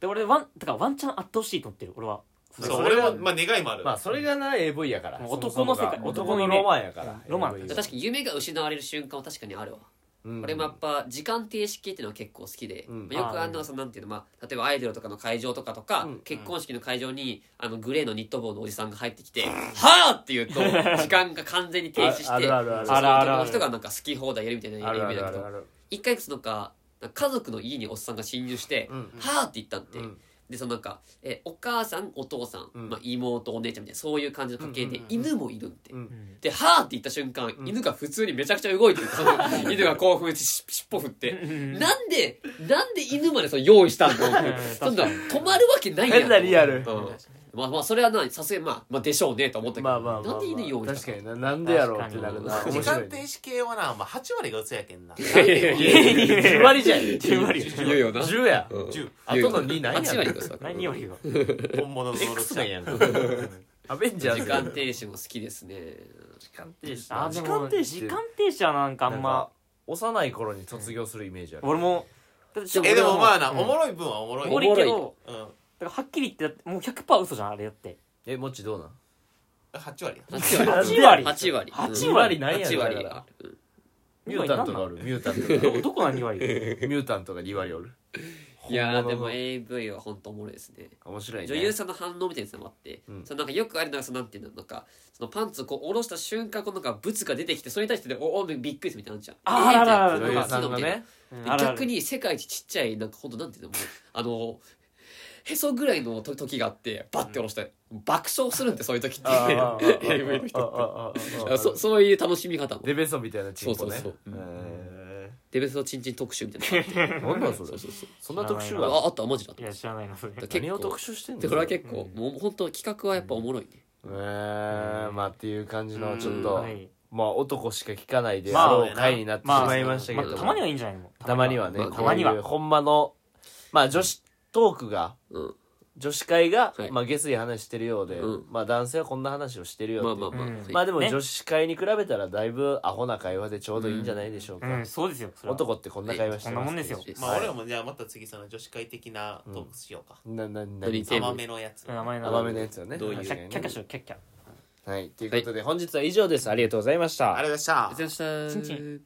[SPEAKER 3] で俺ワンだからワンチャンあってほしいと思ってる俺は
[SPEAKER 1] う
[SPEAKER 4] そう
[SPEAKER 1] それ
[SPEAKER 4] 俺
[SPEAKER 1] が
[SPEAKER 4] も、まあ、願いもある、
[SPEAKER 1] まあそれがな AV やから
[SPEAKER 3] もう男の世界
[SPEAKER 1] そもそもが
[SPEAKER 3] 男の
[SPEAKER 1] 男
[SPEAKER 3] 夢
[SPEAKER 1] のロマンやから
[SPEAKER 3] ロマン
[SPEAKER 1] AV
[SPEAKER 2] 確かに夢が失われる瞬間は確かにあるわ
[SPEAKER 1] うん
[SPEAKER 2] 俺もやっぱ時間停止系っていうのは結構好きで、
[SPEAKER 1] うん
[SPEAKER 2] まあよくあん
[SPEAKER 3] あ
[SPEAKER 2] な
[SPEAKER 3] ー
[SPEAKER 2] そのなんていうの、まあ、例えばアイドルとかの会場とかとか、
[SPEAKER 1] うん
[SPEAKER 2] 結婚式の会場にあのグレーのニット帽のおじさんが入ってきて「はあ!」って言うと時間が完全に停止して
[SPEAKER 1] ああるあるある
[SPEAKER 2] その
[SPEAKER 3] あるあるある
[SPEAKER 2] 男の人がなんか好き放題やるみたいな
[SPEAKER 1] あるあ
[SPEAKER 2] 夢
[SPEAKER 1] る
[SPEAKER 2] だ
[SPEAKER 1] あ
[SPEAKER 2] け
[SPEAKER 1] るあ
[SPEAKER 2] ど
[SPEAKER 1] る
[SPEAKER 2] 一回そのかなんか家族の家におっさんが侵入して「
[SPEAKER 1] うん
[SPEAKER 2] はあ!」って言ったんって、
[SPEAKER 1] うん
[SPEAKER 2] でそのなんかえお母さんお父さん、
[SPEAKER 1] うん
[SPEAKER 2] まあ、妹お姉ちゃんみたいなそういう感じの家系で、
[SPEAKER 4] うんうんうん
[SPEAKER 2] 犬もいるんって、
[SPEAKER 1] うん
[SPEAKER 3] うん
[SPEAKER 2] で「はあ!」って言った瞬間、犬が普通にめちゃくちゃ動いてるその犬が興奮してし尻尾振って、
[SPEAKER 3] ん
[SPEAKER 2] なんでなんで犬までその用意したんだ
[SPEAKER 3] うん
[SPEAKER 2] そんな止まるわけないやん
[SPEAKER 1] 変なリアル
[SPEAKER 2] うんまあまあそれはなさすがにまあ、まあ、でしょうねと思ったけど、
[SPEAKER 1] まあまあまあまあ
[SPEAKER 2] なんで犬用意した
[SPEAKER 1] 確かにななんでやろうってなるな
[SPEAKER 2] 確
[SPEAKER 4] 時
[SPEAKER 1] 面白
[SPEAKER 4] 間
[SPEAKER 1] い
[SPEAKER 4] 停
[SPEAKER 1] ね
[SPEAKER 4] 止系はな、まあ、8割が嘘やけ ん な
[SPEAKER 1] 10割じゃん10
[SPEAKER 3] 10割
[SPEAKER 2] 言うよな
[SPEAKER 1] 10や
[SPEAKER 4] 10
[SPEAKER 1] あとの2ない
[SPEAKER 2] 8
[SPEAKER 1] や
[SPEAKER 2] 割
[SPEAKER 1] ん
[SPEAKER 2] ですわ
[SPEAKER 3] 何よりは
[SPEAKER 4] 本物の 能力
[SPEAKER 1] X
[SPEAKER 4] 者
[SPEAKER 1] なんやんか アベンジャー
[SPEAKER 2] 時
[SPEAKER 1] ズ
[SPEAKER 2] 間停止も好きですね
[SPEAKER 1] 時間停止
[SPEAKER 3] あで
[SPEAKER 1] 時
[SPEAKER 3] も
[SPEAKER 1] 間停止
[SPEAKER 3] 時間停止はなんかあん
[SPEAKER 1] なん
[SPEAKER 3] ま
[SPEAKER 1] か幼い頃に卒業するイメージある
[SPEAKER 3] 俺もだって
[SPEAKER 4] えでもまあ
[SPEAKER 3] 俺
[SPEAKER 4] な、
[SPEAKER 3] は
[SPEAKER 4] おもろい分はおもろい
[SPEAKER 3] おもろいけ
[SPEAKER 2] おも
[SPEAKER 3] ど
[SPEAKER 4] うん、
[SPEAKER 3] だからはっきり言ってだってもう100%嘘じゃんあれだって
[SPEAKER 1] えもっちどうなん
[SPEAKER 4] 8割
[SPEAKER 2] 8
[SPEAKER 1] なん
[SPEAKER 2] 割
[SPEAKER 1] で
[SPEAKER 2] 8
[SPEAKER 3] 8割
[SPEAKER 2] 割
[SPEAKER 3] 八
[SPEAKER 1] 2割ないや
[SPEAKER 2] 8
[SPEAKER 1] ろだか
[SPEAKER 2] 割
[SPEAKER 1] ら
[SPEAKER 2] がうん
[SPEAKER 1] ミュータントがおるミュータントが
[SPEAKER 3] どどこが2割
[SPEAKER 1] ミュータントが2割おる
[SPEAKER 2] いやーで
[SPEAKER 1] 本物
[SPEAKER 2] も
[SPEAKER 1] の
[SPEAKER 2] AV は本当おもろいですね
[SPEAKER 1] 面白いね
[SPEAKER 2] 女優さんの反応みたいなのもあって、
[SPEAKER 1] うん
[SPEAKER 2] そのなんかよくあるのがそのなんていうのなんかそのパンツをこう下ろした瞬間こうなんかブツが出てきてそれに対してでおおびっくりするみたいなのあるじゃん
[SPEAKER 3] ああららら
[SPEAKER 2] えーみたい
[SPEAKER 1] 女
[SPEAKER 2] な
[SPEAKER 1] 優さんがね
[SPEAKER 3] うん
[SPEAKER 2] で
[SPEAKER 3] あるある
[SPEAKER 2] 逆に世界一ちっちゃいなんかほんとなんていうのもうあのへそぐらいのと時があってバッて下ろしたら爆笑するんでそういう時って AV の人あ そそういう楽しみ方も
[SPEAKER 1] デベソみたいなチンコね
[SPEAKER 2] そうそうそう
[SPEAKER 1] へ
[SPEAKER 2] デベソチンチン特集みたいなのがあって
[SPEAKER 1] ーなんなんそれ
[SPEAKER 2] そうそう
[SPEAKER 1] そんな特集
[SPEAKER 2] あ
[SPEAKER 1] は
[SPEAKER 2] あったマジだっ
[SPEAKER 3] い
[SPEAKER 2] た
[SPEAKER 3] や知らないなそれ
[SPEAKER 2] だから
[SPEAKER 1] 何
[SPEAKER 2] 結
[SPEAKER 1] を
[SPEAKER 2] 構
[SPEAKER 1] 特集してんの
[SPEAKER 2] でこれは結構、もう本当企画はやっぱおもろいね、
[SPEAKER 1] えーまあっていう感じのちょっ
[SPEAKER 3] うん
[SPEAKER 1] と
[SPEAKER 3] はい
[SPEAKER 1] まあ男しか聞かないで
[SPEAKER 3] まあ
[SPEAKER 1] あろう回になってしまいましたけ
[SPEAKER 3] ま
[SPEAKER 1] れ
[SPEAKER 3] あ
[SPEAKER 1] ど
[SPEAKER 3] たまに
[SPEAKER 1] も
[SPEAKER 3] はいいんじゃないの
[SPEAKER 1] たまにはね
[SPEAKER 2] まあ
[SPEAKER 1] こ
[SPEAKER 2] た
[SPEAKER 1] う
[SPEAKER 3] まには
[SPEAKER 1] いうほんまのまあ女子トークが
[SPEAKER 2] うん
[SPEAKER 1] 女子会が
[SPEAKER 2] はい
[SPEAKER 1] まあ下水話してるようで
[SPEAKER 2] うん
[SPEAKER 1] まあ男性はこんな話をしてるよ
[SPEAKER 2] まあ
[SPEAKER 1] って
[SPEAKER 2] まあまあ、
[SPEAKER 3] うん
[SPEAKER 2] はい
[SPEAKER 1] まあでも
[SPEAKER 3] ね
[SPEAKER 1] 女子会に比べたらだいぶアホな会話でちょうどいいんじゃないでしょうか、
[SPEAKER 3] うんそうですよそれは
[SPEAKER 1] 男ってこんな会話して
[SPEAKER 3] こんな
[SPEAKER 1] ま
[SPEAKER 3] も
[SPEAKER 1] す
[SPEAKER 3] んですよ
[SPEAKER 2] そうです
[SPEAKER 4] まあ俺らもじゃあまた次その女子会的なトークしようか、
[SPEAKER 1] ななな
[SPEAKER 2] ドリンク
[SPEAKER 4] 甘めのやつ、
[SPEAKER 3] 名前
[SPEAKER 1] 甘めのやつよね
[SPEAKER 2] どうい
[SPEAKER 3] キ
[SPEAKER 2] う
[SPEAKER 3] ャッキャッキャしようキャッキャ
[SPEAKER 1] はいということで本日は以上ですありがとうございました
[SPEAKER 4] ありがとうございました
[SPEAKER 2] ありがとうございました
[SPEAKER 3] チンチン